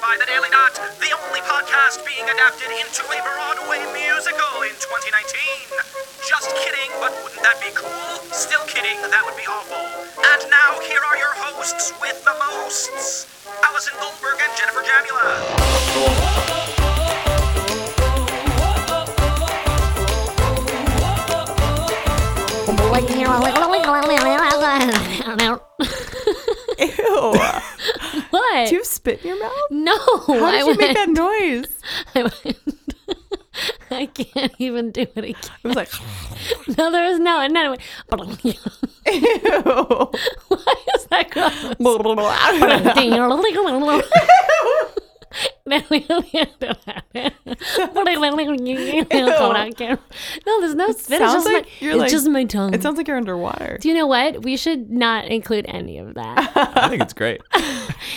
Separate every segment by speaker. Speaker 1: by the Daily Dot, the only podcast being adapted into a Broadway musical in 2019. Just kidding, but wouldn't that be cool? Still kidding, that would be awful. And now, here are your hosts with the mosts Allison Goldberg and Jennifer Jamula.
Speaker 2: Ew.
Speaker 3: What?
Speaker 2: Do you have spit in your mouth?
Speaker 3: no,
Speaker 2: How did
Speaker 3: I
Speaker 2: you
Speaker 3: went.
Speaker 2: make that noise?
Speaker 3: I went. I can't even do it again.
Speaker 2: It was like,
Speaker 3: No, there was no. No, it went-
Speaker 2: ew.
Speaker 3: why is that gross? no, we don't have to have it. No, there's no spit. It's
Speaker 2: sounds
Speaker 3: just
Speaker 2: like
Speaker 3: my,
Speaker 2: you're
Speaker 3: it's
Speaker 2: like-
Speaker 3: just my tongue.
Speaker 2: it sounds like you're underwater.
Speaker 3: do you know what? We should not include any of that.
Speaker 4: I think it's great.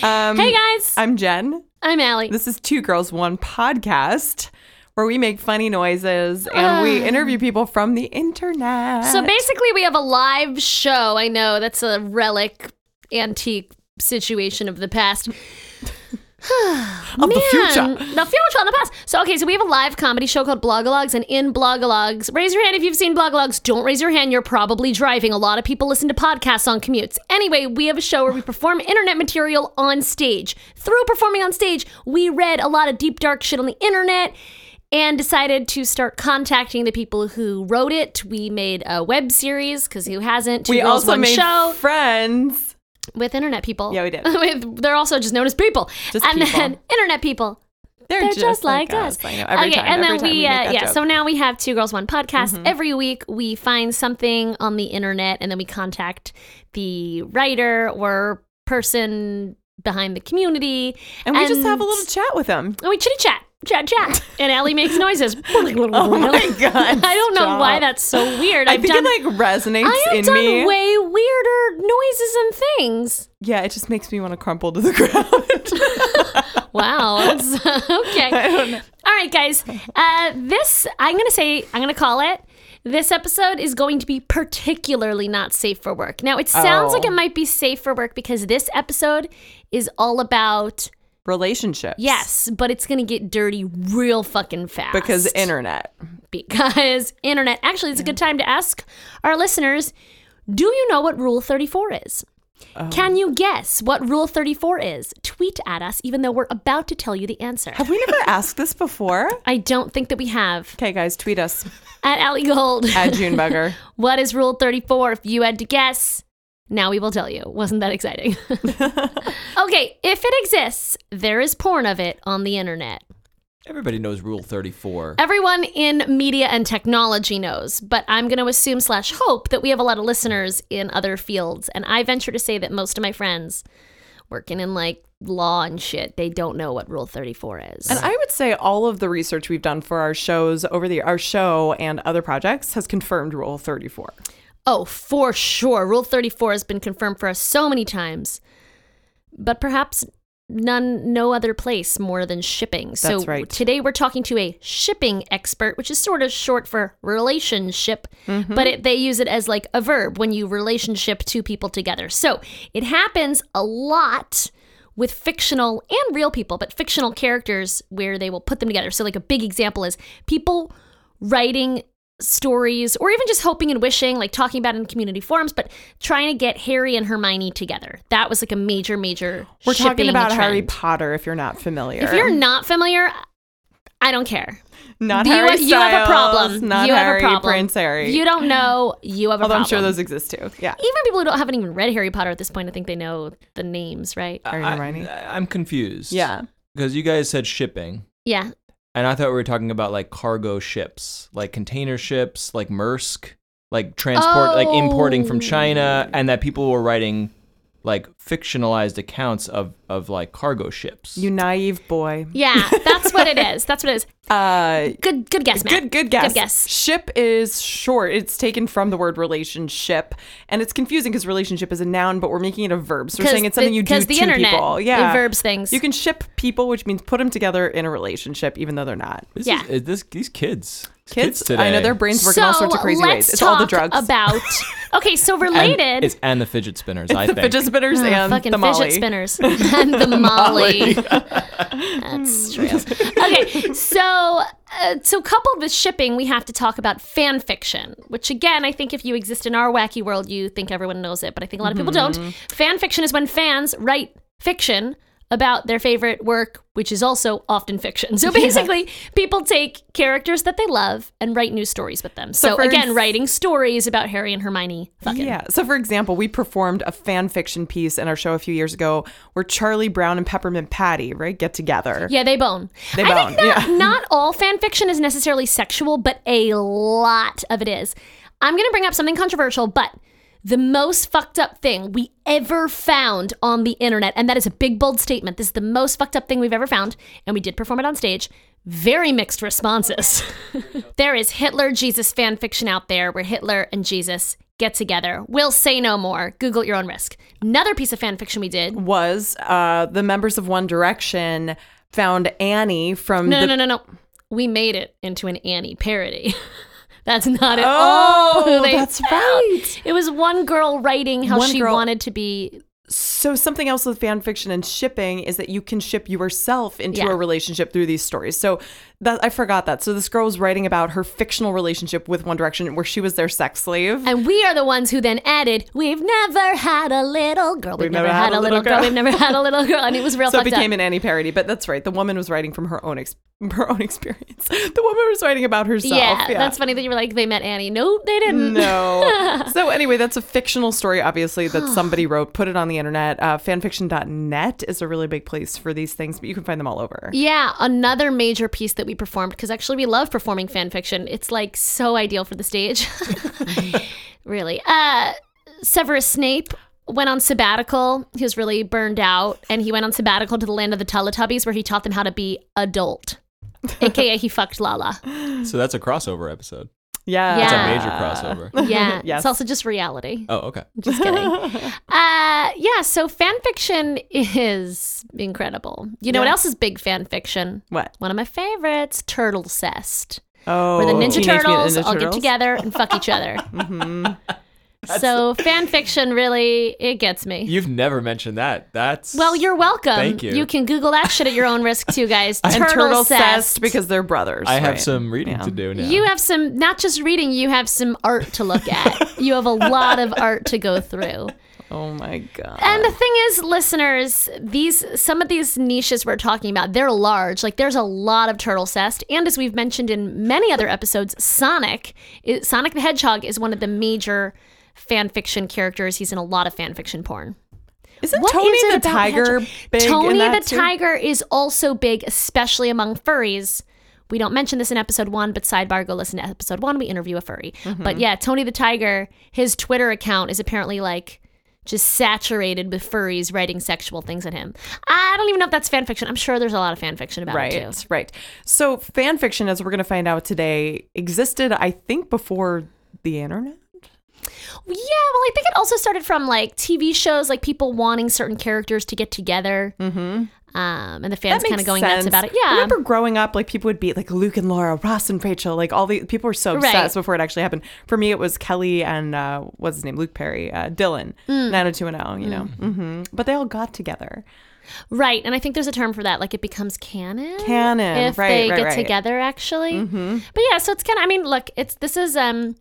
Speaker 2: Um,
Speaker 3: hey guys,
Speaker 2: I'm Jen.
Speaker 3: I'm Allie.
Speaker 2: This is Two Girls, One Podcast, where we make funny noises and we interview people from the internet.
Speaker 3: Ah. So basically, we have a live show. I know that's a relic, antique situation of the past.
Speaker 2: of the future.
Speaker 3: The future and the past. So, okay, so we have a live comedy show called Blogalogs, and in Blogalogs, raise your hand if you've seen Blogalogs. Don't raise your hand, you're probably driving. A lot of people listen to podcasts on commutes. Anyway, we have a show where we perform internet material on stage. Through performing on stage, we read a lot of deep, dark shit on the internet and decided to start contacting the people who wrote it. We made a web series, because who hasn't? Two
Speaker 2: We
Speaker 3: girls,
Speaker 2: also
Speaker 3: one
Speaker 2: made
Speaker 3: show
Speaker 2: friends.
Speaker 3: with internet people.
Speaker 2: Yeah, we did.
Speaker 3: with, they're also just known as people.
Speaker 2: Just
Speaker 3: and
Speaker 2: people.
Speaker 3: then internet people.
Speaker 2: They're,
Speaker 3: They're just, like, us.
Speaker 2: I know. Every
Speaker 3: okay,
Speaker 2: time,
Speaker 3: and
Speaker 2: every
Speaker 3: then
Speaker 2: time we,
Speaker 3: we,
Speaker 2: make
Speaker 3: uh,
Speaker 2: that
Speaker 3: yeah.
Speaker 2: joke. Mm-hmm.
Speaker 3: So now we have two girls, one podcast. Every week we find something on the internet, and then we contact the writer or person behind the community,
Speaker 2: and we just have a little chat with them.
Speaker 3: and we chitty chat, chat, chat, and Ellie makes noises. oh
Speaker 2: my God,
Speaker 3: I don't know
Speaker 2: stop.
Speaker 3: why that's so weird.
Speaker 2: I
Speaker 3: I've
Speaker 2: think
Speaker 3: done,
Speaker 2: it like resonates
Speaker 3: I have
Speaker 2: in
Speaker 3: done
Speaker 2: me.
Speaker 3: way weirder noises and things.
Speaker 2: yeah, it just makes me want to crumple to the ground.
Speaker 3: Wow. that's- okay.
Speaker 2: I don't know.
Speaker 3: All right, guys. Uh, this, I'm going to say, I'm going to call it. This episode is going to be particularly not safe for work. Now, it sounds
Speaker 2: Oh.
Speaker 3: like it might be safe for work because this episode is all about
Speaker 2: Relationships.
Speaker 3: yes, but it's going to get dirty real fucking fast.
Speaker 2: Because internet.
Speaker 3: because internet. Actually, it's a good time to ask our listeners, do you know what rule 34 is?
Speaker 2: Oh.
Speaker 3: Can you guess what rule 34 is? Tweet at us even though we're about to tell you the answer.
Speaker 2: Have we never asked this before?
Speaker 3: I don't think that we have.
Speaker 2: Okay, guys, tweet us
Speaker 3: At Allie Gold.
Speaker 2: at Junebugger.
Speaker 3: what is Rule 34 if you had to guess? Now we will tell you. Wasn't that exciting? okay, if it exists, there is porn of it on the internet.
Speaker 4: Everybody knows Rule 34.
Speaker 3: Everyone in media and technology knows, but I'm going to assume slash hope that we have a lot of listeners in other fields. And I venture to say that most of my friends working in like law and shit, they don't know what Rule 34 is.
Speaker 2: And I would say all of the research we've done for our shows over the our show and other projects has confirmed Rule 34.
Speaker 3: Oh, for sure. Rule 34 has been confirmed for us so many times. But perhaps none no other place more than shipping. so
Speaker 2: That's right.
Speaker 3: today we're talking to a shipping expert, which is sort of short for relationship,
Speaker 2: Mm-hmm.
Speaker 3: but it, they use it as like a verb when you relationship two people together. So, it happens a lot with fictional and real people, but fictional characters where they will put them together. So like a big example is people writing stories or even just hoping and wishing, like talking about it in community forums, but trying to get Harry and Hermione together. That was like a major, major.
Speaker 2: We're talking
Speaker 3: shipping
Speaker 2: about
Speaker 3: trend.
Speaker 2: Harry Potter if you're not familiar.
Speaker 3: If you're not familiar, I don't care.
Speaker 2: not
Speaker 3: you,
Speaker 2: Harry
Speaker 3: you have a
Speaker 2: Styles,
Speaker 3: problem.
Speaker 2: Not
Speaker 3: you
Speaker 2: Harry,
Speaker 3: have a problem.
Speaker 2: Prince Harry.
Speaker 3: You don't know. You have a
Speaker 2: Although
Speaker 3: problem.
Speaker 2: I'm sure those exist too. Yeah.
Speaker 3: even people who don't haven't even read Harry Potter at this point, I think they know the names, right?
Speaker 2: Harry and Hermione.
Speaker 4: I, am confused.
Speaker 2: Yeah.
Speaker 4: Because you guys said shipping,
Speaker 3: Yeah.
Speaker 4: and I thought we were talking about like cargo ships, like container ships, like Maersk, like transport, like importing from
Speaker 2: Oh.
Speaker 4: China, and that people were writing like fictionalized accounts of, of like cargo ships.
Speaker 2: You naive boy.
Speaker 3: Yeah, that's what it is. That's what it is.
Speaker 2: Uh,
Speaker 3: Good, good guess, Matt.
Speaker 2: Good, good
Speaker 3: Good
Speaker 2: guess.
Speaker 3: guess.
Speaker 2: Ship is short. It's taken from the word relationship, and it's confusing because relationship is a noun, but we're making it a verb. So we're
Speaker 3: 'Cause
Speaker 2: saying it's something
Speaker 3: the-
Speaker 2: you do
Speaker 3: 'cause
Speaker 2: to
Speaker 3: the internet,
Speaker 2: people.
Speaker 3: it
Speaker 2: Yeah,
Speaker 3: verbs things.
Speaker 2: You can ship people, which means put them together in a relationship, even though they're not.
Speaker 4: This
Speaker 3: Yeah.
Speaker 4: is, is this these kids. These
Speaker 2: Kids,
Speaker 4: today.
Speaker 2: I know their brains work
Speaker 3: so
Speaker 2: in all sorts of crazy
Speaker 3: let's
Speaker 2: ways. It's
Speaker 3: talk
Speaker 2: all the drugs.
Speaker 3: about. Okay, so
Speaker 4: And
Speaker 3: related.
Speaker 4: it's and the fidget spinners. I
Speaker 2: the
Speaker 4: think
Speaker 2: fidget spinners
Speaker 3: Ah,
Speaker 2: and
Speaker 3: fucking
Speaker 2: the Molly.
Speaker 3: fidget spinners and the Molly. That's true. Okay, so uh, so coupled with shipping, we have to talk about fan fiction, which again, I think if you exist in our wacky world, you think everyone knows it, but I think a lot of people
Speaker 2: Mm-hmm.
Speaker 3: don't. Fan fiction is when fans write fiction about their favorite work, which is also often fiction. So basically, people take characters that they love and write new stories with them. So,
Speaker 2: for
Speaker 3: again,
Speaker 2: ins-
Speaker 3: writing stories about Harry and Hermione fucking.
Speaker 2: Yeah. So, for example, we performed a fan fiction piece in our show a few years ago where Charlie Brown and Peppermint Patty, right, get together.
Speaker 3: Yeah, they bone.
Speaker 2: They
Speaker 3: I
Speaker 2: bone,
Speaker 3: think not,
Speaker 2: yeah.
Speaker 3: not all fan fiction is necessarily sexual, but a lot of it is. I'm going to bring up something controversial, but the most fucked up thing we ever found on the internet, and that is a big, bold statement. This is the most fucked up thing we've ever found, and we did perform it on stage. Very mixed responses. there is Hitler Jesus fan fiction out there where Hitler and Jesus get together. We'll say no more. Google at your own risk. Another piece of fan fiction we did
Speaker 2: Was uh, the members of One Direction found Annie from
Speaker 3: No,
Speaker 2: the.
Speaker 3: no, no, no, no. We made it into an Annie parody. that's not at all.
Speaker 2: Oh,
Speaker 3: who they
Speaker 2: that's
Speaker 3: found.
Speaker 2: right.
Speaker 3: It was one girl writing how
Speaker 2: One
Speaker 3: she
Speaker 2: girl-
Speaker 3: wanted to be.
Speaker 2: So, something else with fan fiction and shipping is that you can ship yourself into
Speaker 3: Yeah.
Speaker 2: a relationship through these stories. So, that I forgot that. So, this girl was writing about her fictional relationship with One Direction where she was their sex slave.
Speaker 3: And we are the ones who then added, "We've never had a little girl. We've, never, had, a little girl. We've never had a little girl." And it was real.
Speaker 2: so it
Speaker 3: fucked
Speaker 2: became
Speaker 3: up.
Speaker 2: an Annie parody, but that's right. The woman was writing from her own ex- her own experience. The woman was writing about herself.
Speaker 3: yeah, that's funny that you were like, "They met Annie." No, they
Speaker 2: Mm.
Speaker 3: didn't.
Speaker 2: no. So anyway, that's a fictional story, obviously, that somebody wrote. Put it on the internet. Uh, fanfiction.net is a really big place for these things, but you can find them all over.
Speaker 3: Yeah, another major piece that we performed because actually we love performing fan fiction. It's like so ideal for the stage. really. Uh Severus Snape went on sabbatical. He was really burned out and he went on sabbatical to the land of the Teletubbies where he taught them how to be adult. AKA he fucked Lala.
Speaker 4: so that's a crossover episode.
Speaker 2: Yeah.
Speaker 3: That's
Speaker 4: It's
Speaker 3: Yeah.
Speaker 4: a major crossover.
Speaker 3: Yeah.
Speaker 2: Yes.
Speaker 3: It's also just reality.
Speaker 4: Oh, okay.
Speaker 3: Just kidding. uh, yeah, so fan fiction is incredible. You know what else is big fan fiction?
Speaker 2: What?
Speaker 3: One of my favorites, Turtle Cest.
Speaker 2: Oh.
Speaker 3: where the Ninja
Speaker 2: Teenage Mutant
Speaker 3: Turtles
Speaker 2: Ninja
Speaker 3: all get
Speaker 2: Turtles? Mm-hmm.
Speaker 3: together and fuck each other. So fan fiction really it gets me.
Speaker 4: You've never mentioned that. That's
Speaker 3: well, you're welcome.
Speaker 4: Thank you.
Speaker 3: You can Google that shit at your own risk too, guys.
Speaker 2: And turtle
Speaker 3: Turtlecest.
Speaker 2: cest because they're brothers.
Speaker 4: I have
Speaker 2: right?
Speaker 4: some reading to do now.
Speaker 3: You have some not just reading, you have some art to look at. you have a lot of art to go through.
Speaker 2: Oh my god.
Speaker 3: And the thing is, listeners, these some of these niches we're talking about, they're large. Like there's a lot of turtle cest, and as we've mentioned in many other episodes, Sonic, is, Sonic the Hedgehog is one of the major fan fiction characters. He's in a lot of fan fiction porn.
Speaker 2: Isn't
Speaker 3: What
Speaker 2: Tony
Speaker 3: is it
Speaker 2: the
Speaker 3: about
Speaker 2: tiger
Speaker 3: hedgehog-
Speaker 2: big? in
Speaker 3: Tony
Speaker 2: that
Speaker 3: the
Speaker 2: too?
Speaker 3: tiger is also big, especially among furries. We don't mention this in episode one, but sidebar, go listen to episode one. We interview a furry.
Speaker 2: Mm-hmm.
Speaker 3: But yeah, Tony the tiger, his Twitter account is apparently like just saturated with furries writing sexual things at him. I don't even know if that's fan fiction. I'm sure there's a lot of fan fiction about
Speaker 2: Right,
Speaker 3: it too.
Speaker 2: right. So fan fiction, as we're going to find out today, existed, I think, before the internet.
Speaker 3: Yeah, well, I think it also started from like TV shows, like people wanting certain characters to get together. Mm-hmm. Um, and the fans kind of going nuts about it. Yeah.
Speaker 2: I remember growing up, like people would be like Luke and Laura, Ross and Rachel, like all the people were so obsessed
Speaker 3: Right.
Speaker 2: before it actually happened. For me, it was Kelly and uh, what's his name, Luke Perry, uh, Dylan,
Speaker 3: Mm.
Speaker 2: 90210. You know, hmm but they all got together.
Speaker 3: Right, and I think there's a term for that. Like it becomes canon.
Speaker 2: Canon,
Speaker 3: If
Speaker 2: right,
Speaker 3: they
Speaker 2: right,
Speaker 3: get
Speaker 2: right. Mm-hmm.
Speaker 3: together, actually. But yeah, so it's kind of. I mean, look, it's this is. um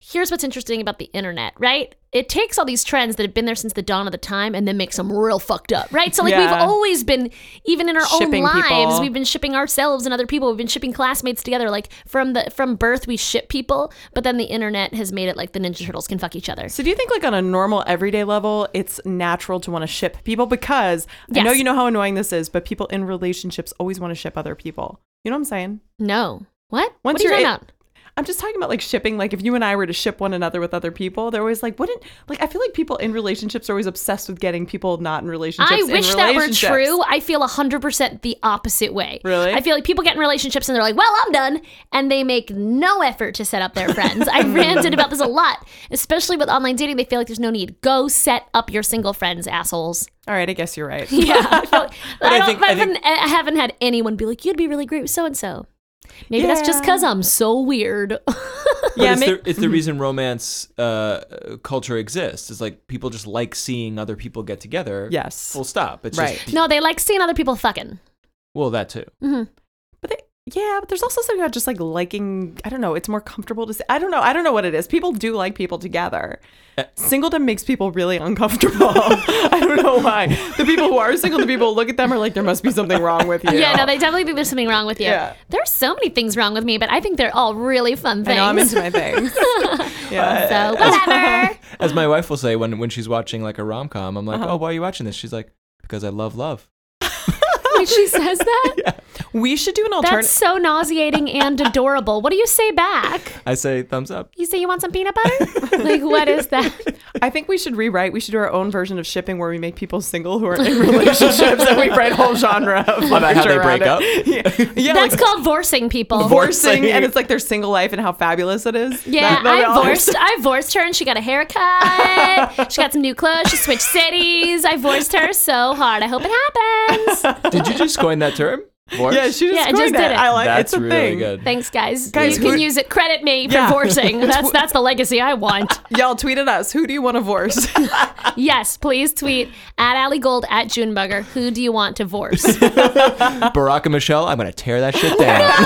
Speaker 3: Here's what's interesting about the internet, right? It takes all these trends that have been there since the dawn of the time and then makes them real fucked up, right? So like
Speaker 2: Yeah.
Speaker 3: we've always been, even in our
Speaker 2: Shipping
Speaker 3: own lives,
Speaker 2: people.
Speaker 3: we've been shipping ourselves and other people. We've been shipping classmates together. Like from the from birth, we ship people, but then the internet has made it like the Ninja Turtles can fuck each other.
Speaker 2: So do you think, like on a normal everyday level, it's natural to want to ship people because I know
Speaker 3: Yes.
Speaker 2: you know how annoying this is, but people in relationships always want to ship other people. You know what I'm saying?
Speaker 3: No, what? what
Speaker 2: Once
Speaker 3: are you
Speaker 2: you're
Speaker 3: talking
Speaker 2: in-
Speaker 3: about?
Speaker 2: I'm just talking about like shipping. Like if you and I were to ship one another with other people, they're always like, wouldn't like I feel like people in relationships are always obsessed with getting people not in relationships.
Speaker 3: I
Speaker 2: in
Speaker 3: wish that were
Speaker 2: relationships.
Speaker 3: true. I feel 100% the opposite way.
Speaker 2: Really?
Speaker 3: I feel like people get in relationships and they're like, well, I'm done. And they make no effort to set up their friends. I ranted about this a lot, especially with online dating. They feel like there's no need. Go set up your single friends, assholes.
Speaker 2: All right, I guess you're right.
Speaker 3: Yeah. I, feel- I
Speaker 4: I
Speaker 3: don't,
Speaker 4: think-
Speaker 3: I,
Speaker 4: I think-
Speaker 3: haven't, I haven't had anyone be like, you'd be really great with so and so. Maybe that's just because I'm so weird.
Speaker 4: But
Speaker 2: Yeah,
Speaker 4: it's,
Speaker 2: ma-
Speaker 4: the,
Speaker 3: Mhm.
Speaker 4: it's the reason romance uh, uh, culture exists. It's like people just like seeing other people get together.
Speaker 2: Yes.
Speaker 4: Full stop. It's
Speaker 2: Right.
Speaker 4: just
Speaker 3: no, they like seeing other people fucking.
Speaker 4: well that too.
Speaker 3: Mm-hmm.
Speaker 2: But they, yeah, but there's also something about just like liking. I don't know. It's more comfortable to. Say, I don't know. I don't know what it is. People do like people together. Singledom makes people really uncomfortable. I don't know why. The people who are single, the people who look at them are like, there must be something wrong with you.
Speaker 3: Yeah, no, they definitely think there's something wrong with you.
Speaker 2: Yeah.
Speaker 3: There's so many things wrong with me, but I think they're all really fun
Speaker 2: I
Speaker 3: things.
Speaker 2: know I'm into my things. yeah.
Speaker 3: so whatever.
Speaker 4: As my wife will say when when she's watching like a rom com, I'm
Speaker 2: Uh-huh.
Speaker 4: like, oh, why are you watching this? She's like, because I love love.
Speaker 3: Wait, she says that?
Speaker 2: We should do an
Speaker 3: That's
Speaker 2: alternative.
Speaker 3: so nauseating and adorable. What do you say back?
Speaker 4: I say thumbs up.
Speaker 3: You say you want some peanut butter? Like, what is that?
Speaker 2: I think we should rewrite. We should do our own version of shipping where we make people single who are in relationships and we write a whole genre of
Speaker 4: About how
Speaker 2: literature
Speaker 4: they break
Speaker 2: around it. Yeah, yeah
Speaker 3: That's
Speaker 2: like
Speaker 3: called vorsing people.
Speaker 2: divorcing,
Speaker 4: Divorcing.
Speaker 2: and it's like their single life and how fabulous it is.
Speaker 3: yeah,
Speaker 2: That- that
Speaker 3: I
Speaker 2: all-
Speaker 3: divorced. I divorced her, and she got a haircut. she got some new clothes. She switched cities. I divorced her so hard. I hope it happens.
Speaker 4: Did you just coin that term? Voice?
Speaker 2: Yeah, she just,
Speaker 3: Yeah, I
Speaker 2: coined
Speaker 3: just did
Speaker 2: that.
Speaker 3: it.
Speaker 2: I like
Speaker 4: That's
Speaker 2: it's a
Speaker 4: really
Speaker 2: thing.
Speaker 4: good.
Speaker 3: Thanks, guys.
Speaker 2: Guys,
Speaker 3: you can
Speaker 2: who-
Speaker 3: use it. Credit me for
Speaker 2: Yeah.
Speaker 3: vorsing. That's that's the legacy I want.
Speaker 2: Y'all tweet at us. Who do you want to divorce?
Speaker 3: Yes, please tweet at Allie Gold at Junebugger. Who do you want divorced?
Speaker 4: Barack and Michelle, I'm gonna tear that shit down.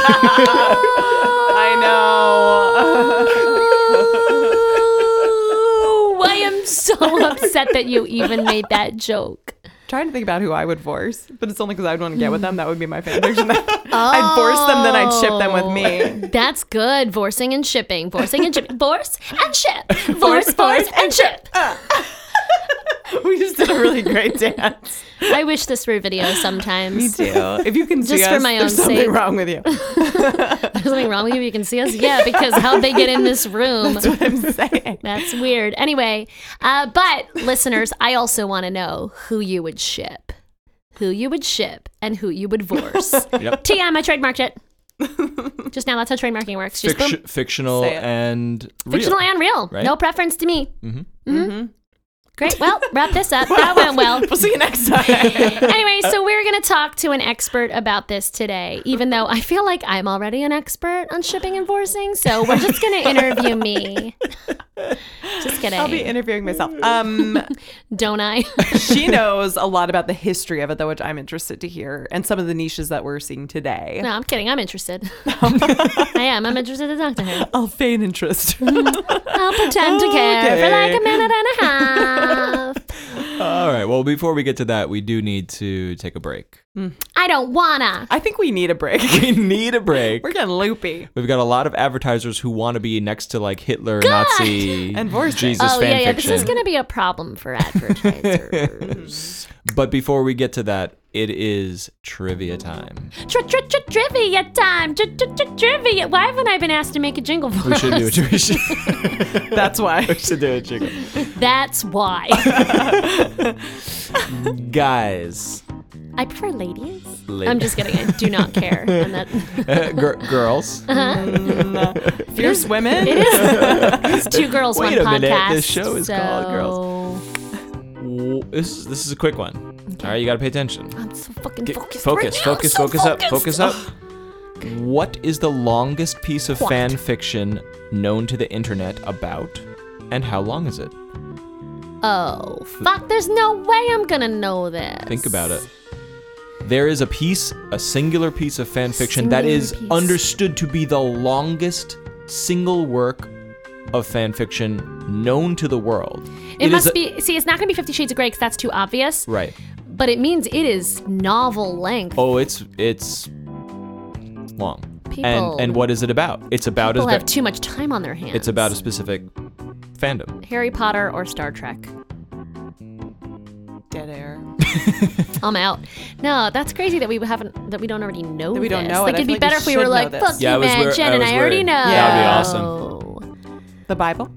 Speaker 2: I know.
Speaker 3: Oh, I am so upset that you even made that joke.
Speaker 2: Trying to think about who I would divorce, but it's only because I'd want to get with them. That would be my fanfiction. I'd divorce them, then I'd ship them with me.
Speaker 3: That's good. Vorsing and shipping. Vorsing and shipping. Vorse and ship. Vorse, vorse, and ship. Oh.
Speaker 2: We just did a really great dance.
Speaker 3: I wish this were video sometimes.
Speaker 2: Me too. If you can see
Speaker 3: Just for
Speaker 2: us,
Speaker 3: my
Speaker 2: there's
Speaker 3: own
Speaker 2: something
Speaker 3: sake.
Speaker 2: wrong with you.
Speaker 3: There's something wrong with you. You can see us. Yeah, because how'd they get in this room?
Speaker 2: That's what I'm saying.
Speaker 3: That's weird. Anyway, uh, but listeners, I also want to know who you would ship, who you would ship, and who you would divorce.
Speaker 4: Yep.
Speaker 3: TM, I trademarked it. Just now, that's how trademarking works. Just boom.
Speaker 4: Fiction, fictional
Speaker 2: Say it.
Speaker 4: and real.
Speaker 3: fictional and real.
Speaker 4: right?
Speaker 3: No preference to me. Mm-hmm. Great. Well, wrap this up. That went well.
Speaker 2: We'll see you next time.
Speaker 3: Anyway, so we're going to talk to an expert about this today, even though I feel like I'm already an expert on shipping and forcing. So we're just going to interview me. Just kidding.
Speaker 2: I'll be interviewing myself. Um,
Speaker 3: Don't I?
Speaker 2: she knows a lot about the history of it, though, which I'm interested to hear, and some of the niches that we're seeing today.
Speaker 3: No, I'm kidding. I'm interested. I am. I'm interested to talk to her.
Speaker 2: I'll feign interest.
Speaker 3: Mm-hmm. I'll pretend to care for like a
Speaker 2: Okay.
Speaker 3: minute and a half.
Speaker 4: All right. Well, before we get to that, we do need to take a break.
Speaker 3: I don't wanna.
Speaker 2: I think we need a break.
Speaker 4: We need a break.
Speaker 2: We're getting loopy.
Speaker 4: We've got a lot of advertisers who want to be next to like Hitler, Nazi,
Speaker 2: And Vorsing.
Speaker 4: Jesus
Speaker 3: oh
Speaker 4: fan
Speaker 3: yeah, yeah. This
Speaker 4: fiction.
Speaker 3: is gonna be a problem for advertisers.
Speaker 4: But before we get to that, it is trivia time.
Speaker 3: Tri- tri- tri- Trivia time. Tri- tri- tri- Trivia. Why haven't I been asked to make a jingle for
Speaker 4: We should do a
Speaker 3: us?
Speaker 4: trivia. should,
Speaker 2: That's why.
Speaker 4: should do a jingle.
Speaker 3: That's why.
Speaker 4: Guys,
Speaker 3: I prefer ladies.
Speaker 4: Ladies.
Speaker 3: I'm just kidding. I do not care. And that
Speaker 4: gir- girls.
Speaker 3: Uh-huh.
Speaker 2: Fierce women.
Speaker 3: it's two girls,
Speaker 4: Wait
Speaker 3: one
Speaker 4: a minute,
Speaker 3: podcast.
Speaker 4: this show is called Girls.
Speaker 3: so-
Speaker 4: Wh- This is this is a quick one. All right, you got to pay attention.
Speaker 3: I'm so fucking
Speaker 4: Get-
Speaker 3: focused. right
Speaker 4: focus,
Speaker 3: now.
Speaker 4: focus,
Speaker 3: I'm Oh, so
Speaker 4: focus up,
Speaker 3: focused.
Speaker 4: focus up. What is the longest piece of
Speaker 3: What?
Speaker 4: fan fiction known to the internet about, and how long is it?
Speaker 3: Oh fuck! There's no way I'm gonna know this.
Speaker 4: Think about it. There is a piece, a singular piece of fan fiction that
Speaker 3: Singular
Speaker 4: is
Speaker 3: piece.
Speaker 4: understood to be the longest single work of fan fiction known to the world.
Speaker 3: It,
Speaker 4: is
Speaker 3: must
Speaker 4: a-
Speaker 3: be. See, it's not gonna be Fifty Shades of Grey because that's too obvious.
Speaker 4: right.
Speaker 3: But it means it is novel length.
Speaker 4: Oh, it's it's long.
Speaker 3: People-
Speaker 4: and and what is it about? It's about
Speaker 3: People
Speaker 4: a,
Speaker 3: have too much time on their hands.
Speaker 4: it's about a specific fandom.
Speaker 3: Harry Potter or Star Trek.
Speaker 2: Dead air.
Speaker 3: I'm out. No, that's crazy that we haven't that we don't already know.
Speaker 2: That we don't
Speaker 3: this.
Speaker 2: know
Speaker 3: Like
Speaker 2: it. I
Speaker 3: it'd be
Speaker 2: feel like we
Speaker 3: better if we
Speaker 2: should
Speaker 3: were
Speaker 2: know
Speaker 3: like,
Speaker 2: this.
Speaker 3: "Fuck
Speaker 4: Yeah, I
Speaker 3: you,
Speaker 4: was
Speaker 3: man,
Speaker 4: wor-
Speaker 3: Jen,
Speaker 4: I
Speaker 3: and
Speaker 4: was
Speaker 3: I already
Speaker 4: worried.
Speaker 3: know."
Speaker 4: That would be
Speaker 2: The Bible.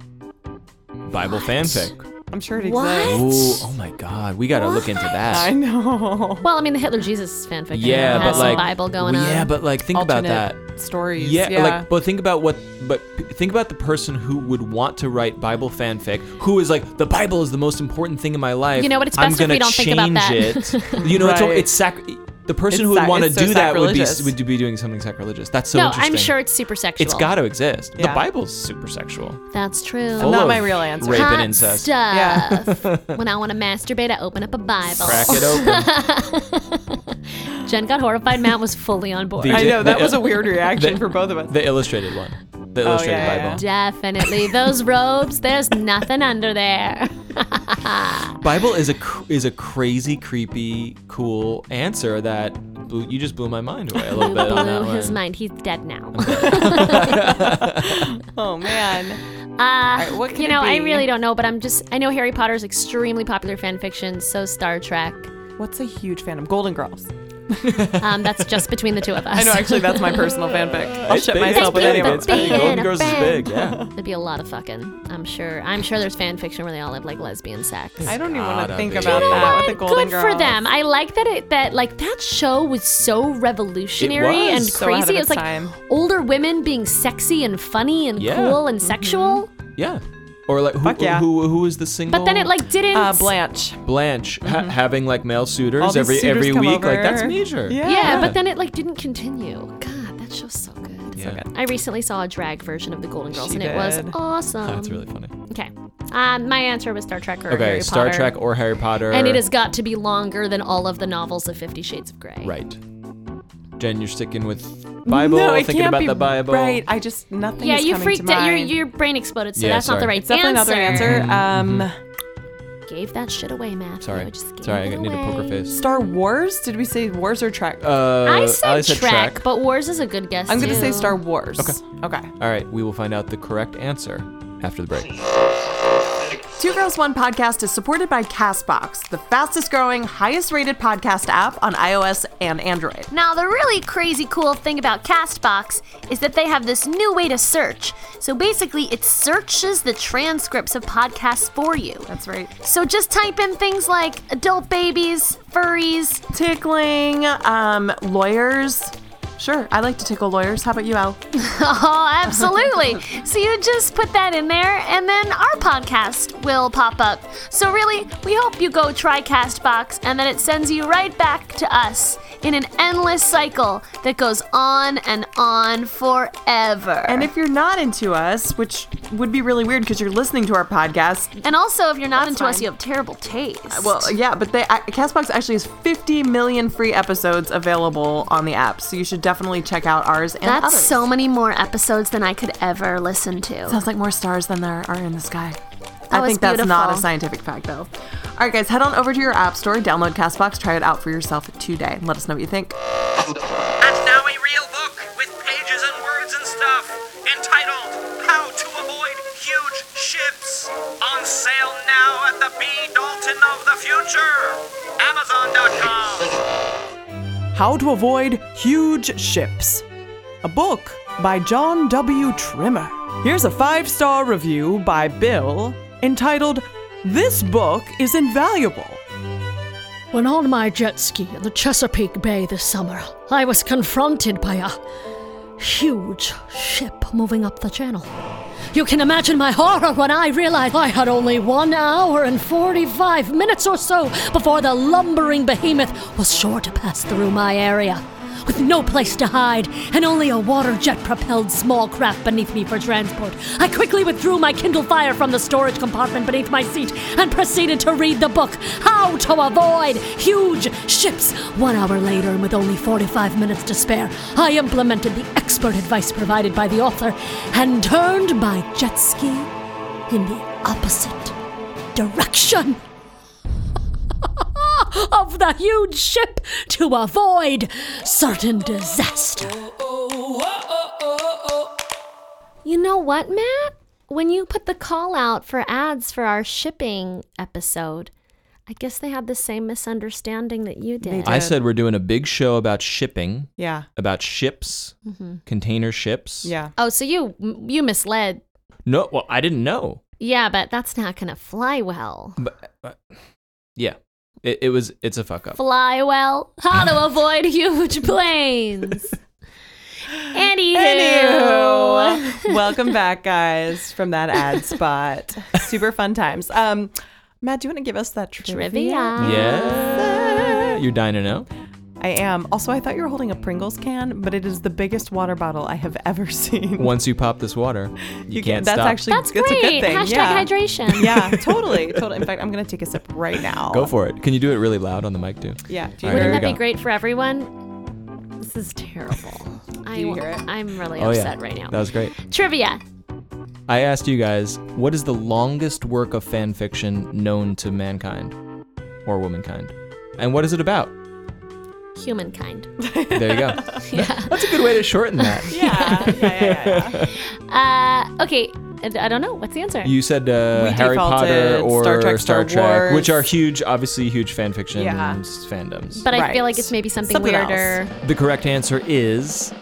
Speaker 4: Bible fanfic.
Speaker 2: I'm sure it
Speaker 3: What?
Speaker 2: exists.
Speaker 4: Ooh, oh my God, we gotta look into
Speaker 2: I
Speaker 4: that.
Speaker 2: know.
Speaker 3: Well, I mean, the Hitler Jesus fanfic.
Speaker 4: Yeah,
Speaker 3: has
Speaker 4: but like
Speaker 3: some Bible going
Speaker 4: well,
Speaker 3: on.
Speaker 4: Yeah, but like think about that.
Speaker 2: Alternate Stories.
Speaker 4: Yeah,
Speaker 2: Yeah.
Speaker 4: like but think about what but p- think about the person who would want to write Bible fanfic who is like the Bible is the most important thing in my life.
Speaker 3: You know what, it's
Speaker 4: I'm
Speaker 3: best if
Speaker 4: gonna
Speaker 3: we don't think about
Speaker 4: change
Speaker 3: that.
Speaker 4: It. you know,
Speaker 2: Right.
Speaker 4: it's, it's sac- the person
Speaker 2: It's
Speaker 4: who would
Speaker 2: sac-
Speaker 4: want to
Speaker 2: it's so
Speaker 4: do that would be
Speaker 2: sacrilegious.
Speaker 4: would be doing something sacrilegious. That's so
Speaker 3: no,
Speaker 4: interesting.
Speaker 3: I'm sure it's super sexual.
Speaker 4: it's got to exist. The
Speaker 2: Yeah.
Speaker 4: Bible's super sexual.
Speaker 3: That's true.
Speaker 4: Full
Speaker 2: not
Speaker 4: of
Speaker 2: my real answer.
Speaker 4: Rape
Speaker 3: Hot
Speaker 4: and incest.
Speaker 3: stuff. when I want to masturbate, I open up a Bible.
Speaker 4: Crack it open.
Speaker 3: Jen got horrified. Matt was fully on board.
Speaker 4: The-
Speaker 2: I know that was a weird
Speaker 4: the-
Speaker 2: reaction for both of us.
Speaker 4: the illustrated one. The
Speaker 3: Oh,
Speaker 4: illustrated
Speaker 2: yeah,
Speaker 4: Bible.
Speaker 3: Definitely. Those robes, there's nothing under there.
Speaker 4: Bible is a cr- is a crazy, creepy, cool answer that blew, you just blew my mind away a little bit on that
Speaker 3: Blew
Speaker 4: one.
Speaker 3: his mind. He's dead now.
Speaker 2: Oh man.
Speaker 3: Uh,
Speaker 2: what could
Speaker 3: you
Speaker 2: it
Speaker 3: know, I
Speaker 2: be?
Speaker 3: really don't know, but I'm just, I know Harry Potter's extremely popular fan fiction, so Star Trek.
Speaker 2: What's a huge fandom? Golden Girls.
Speaker 3: Um, that's just between the two of us.
Speaker 2: I know. Actually, that's my personal fanfic. I'll shit
Speaker 4: big.
Speaker 2: myself with
Speaker 3: It's
Speaker 2: anyone.
Speaker 3: big,
Speaker 4: It's big.
Speaker 3: Being
Speaker 4: Golden
Speaker 3: a
Speaker 4: Girls is
Speaker 3: fan.
Speaker 4: big. Yeah.
Speaker 3: There'd be a lot of fucking, I'm sure. I'm sure there's fan fiction where they all have like lesbian sex.
Speaker 2: I don't even want
Speaker 4: Gotta
Speaker 2: to think
Speaker 4: be.
Speaker 2: about that with the Golden
Speaker 3: Good
Speaker 2: Girls.
Speaker 3: for them. I like that it that like that show was so revolutionary
Speaker 4: It was.
Speaker 3: and
Speaker 2: So ahead of
Speaker 3: crazy. it was
Speaker 2: its
Speaker 3: like
Speaker 2: time.
Speaker 3: older women being sexy and funny and
Speaker 4: Yeah.
Speaker 3: cool
Speaker 2: Mm-hmm.
Speaker 3: and sexual.
Speaker 4: Yeah. Or like who
Speaker 2: Fuck yeah.
Speaker 4: who who is the single?
Speaker 3: But then it like didn't
Speaker 2: Uh, Blanche.
Speaker 4: Blanche ha- having like male suitors
Speaker 2: All these
Speaker 4: every
Speaker 2: suitors
Speaker 4: every
Speaker 2: come
Speaker 4: week. Like
Speaker 2: over.
Speaker 4: that's major.
Speaker 2: Yeah.
Speaker 3: yeah, but then it like didn't continue. God, that show's so good.
Speaker 4: Yeah.
Speaker 3: I recently saw a drag version of the Golden Girls
Speaker 2: She
Speaker 3: and it was
Speaker 2: did.
Speaker 3: awesome.
Speaker 4: That's really funny.
Speaker 3: okay. Um, my answer was Star Trek or
Speaker 4: Okay,
Speaker 3: Harry
Speaker 4: Star
Speaker 3: Potter.
Speaker 4: Trek or Harry Potter.
Speaker 3: and it has got to be longer than all of the novels of Fifty Shades of Grey.
Speaker 4: right. Jen, you're sticking with Bible.
Speaker 2: no, it
Speaker 4: thinking
Speaker 2: can't
Speaker 4: about
Speaker 2: be
Speaker 4: the Bible.
Speaker 2: Right. I just nothing.
Speaker 3: Yeah,
Speaker 2: is
Speaker 3: you
Speaker 2: coming
Speaker 3: freaked
Speaker 2: to
Speaker 3: out. Your,
Speaker 2: mind.
Speaker 3: your brain exploded, so
Speaker 4: Yeah,
Speaker 3: that's not the
Speaker 4: sorry.
Speaker 3: right
Speaker 2: It's definitely
Speaker 3: answer.
Speaker 2: another answer.
Speaker 4: Mm-hmm.
Speaker 2: Um,
Speaker 3: Gave that shit away, Matthew.
Speaker 4: Sorry.
Speaker 3: Just gave
Speaker 4: Sorry, I
Speaker 3: it
Speaker 4: need a poker
Speaker 3: away.
Speaker 4: face.
Speaker 2: Star Wars. Did we say Wars or Trek?
Speaker 4: Uh,
Speaker 3: I said,
Speaker 4: I said
Speaker 3: Trek,
Speaker 4: Trek.
Speaker 3: but Wars is a good guess.
Speaker 2: I'm gonna
Speaker 3: too.
Speaker 2: say Star Wars. Okay. Okay.
Speaker 4: All right, we will find out the correct answer after the break.
Speaker 2: Two Girls One Podcast is supported by Castbox, the fastest growing, highest rated podcast app on iOS and Android.
Speaker 5: Now, the really crazy cool thing about Castbox is that they have this new way to search. So basically, it searches the transcripts of podcasts for you.
Speaker 2: That's right.
Speaker 5: So just type in things like adult babies, furries.
Speaker 2: Tickling, um, lawyers. Sure, I like to tickle lawyers. How about you, Al?
Speaker 5: Oh, absolutely. so you just put that in there, and then our podcast will pop up. So really, we hope you go try Castbox, and then it sends you right back to us in an endless cycle that goes on and on forever.
Speaker 2: And if you're not into us, which would be really weird because you're listening to our podcast,
Speaker 5: And also, if you're not into us,
Speaker 2: fine.
Speaker 5: you have terrible taste.
Speaker 2: well, yeah, but they I, Castbox actually has 50 million free episodes available on the app, so you should definitely check out ours and
Speaker 5: that's
Speaker 2: others.
Speaker 5: so many more episodes than I could ever listen to.
Speaker 2: Sounds like more stars than there are in the sky.
Speaker 5: Oh,
Speaker 2: I
Speaker 5: it's
Speaker 2: think that's not a
Speaker 5: beautiful.
Speaker 2: scientific fact, though. All right, guys, head on over to your app store, download Castbox, try it out for yourself today. Let us know what you think.
Speaker 1: And now a real book with pages and words and stuff entitled How to Avoid Huge Ships. On sale now at the B. Dalton of the Future. Amazon.com.
Speaker 6: How to Avoid Huge Ships, a book by John W. Trimmer. Here's a five star review by Bill entitled, This Book is Invaluable.
Speaker 7: When on my jet ski in the Chesapeake Bay this summer, I was confronted by a huge ship moving up the channel. You can imagine my horror when I realized I had only one hour and 45 minutes or so before the lumbering behemoth was sure to pass through my area. With no place to hide and only a water jet propelled small craft beneath me for transport, I quickly withdrew my Kindle Fire from the storage compartment beneath my seat and proceeded to read the book How to Avoid Huge Ships. One hour later, and with only 45 minutes to spare, I implemented the expert advice provided by the author and turned my jet ski in the opposite direction of the huge ship to avoid certain disaster.
Speaker 3: You know what, Matt? When you put the call out for ads for our shipping episode, I guess they had the same misunderstanding that you did.
Speaker 2: They did.
Speaker 4: I said we're doing a big show about shipping,
Speaker 2: Yeah. Mm-hmm.
Speaker 4: about ships, container ships.
Speaker 2: Yeah.
Speaker 3: Oh, so you you misled.
Speaker 4: No, well, I didn't know.
Speaker 3: Yeah, but that's not gonna fly well.
Speaker 4: But, but- yeah, it, it was. It's a fuck up.
Speaker 3: Fly well. How to avoid huge planes. Anywho.
Speaker 2: Anywho, welcome back, guys, from that ad spot. Super fun times. Um, Matt, do you want to give us that trivia?
Speaker 3: Trivia.
Speaker 4: yeah, you're dying to know.
Speaker 2: I am. Also, I thought you were holding a Pringles can, but it is the biggest water bottle I have ever seen.
Speaker 4: Once you pop this water, you, can't
Speaker 2: That's
Speaker 4: stop.
Speaker 2: actually
Speaker 3: That's
Speaker 2: it's
Speaker 3: great.
Speaker 2: a good thing.
Speaker 3: Hashtag
Speaker 2: yeah.
Speaker 3: hydration.
Speaker 2: Yeah, totally, totally. In fact, I'm gonna take a sip right now.
Speaker 4: Go for it. Can you do it really loud on the mic too?
Speaker 2: Yeah. Do you hear
Speaker 4: All right, here we
Speaker 3: Wouldn't that
Speaker 4: go.
Speaker 3: be great for everyone? This is terrible. I,
Speaker 2: you hear it?
Speaker 3: I'm really
Speaker 4: Oh
Speaker 3: upset
Speaker 4: yeah,
Speaker 3: right now.
Speaker 4: That was great.
Speaker 3: Trivia.
Speaker 4: I asked you guys, what is the longest work of fan fiction known to mankind or womankind, and what is it about?
Speaker 3: Humankind.
Speaker 4: There you go. That's a good way to shorten that.
Speaker 2: Yeah, yeah, yeah, yeah, yeah.
Speaker 3: Uh, okay. I I don't know. What's the answer?
Speaker 4: You said uh,
Speaker 2: We
Speaker 4: Harry Potter
Speaker 2: defaulted
Speaker 4: or
Speaker 2: Star Trek,
Speaker 4: Star
Speaker 2: Star
Speaker 4: Trek,
Speaker 2: Wars.
Speaker 4: which are huge, obviously huge fan fiction
Speaker 2: Yeah.
Speaker 4: fandoms.
Speaker 3: but I
Speaker 2: Right.
Speaker 3: feel like it's maybe something,
Speaker 2: Something else.
Speaker 3: weirder.
Speaker 4: the correct answer is.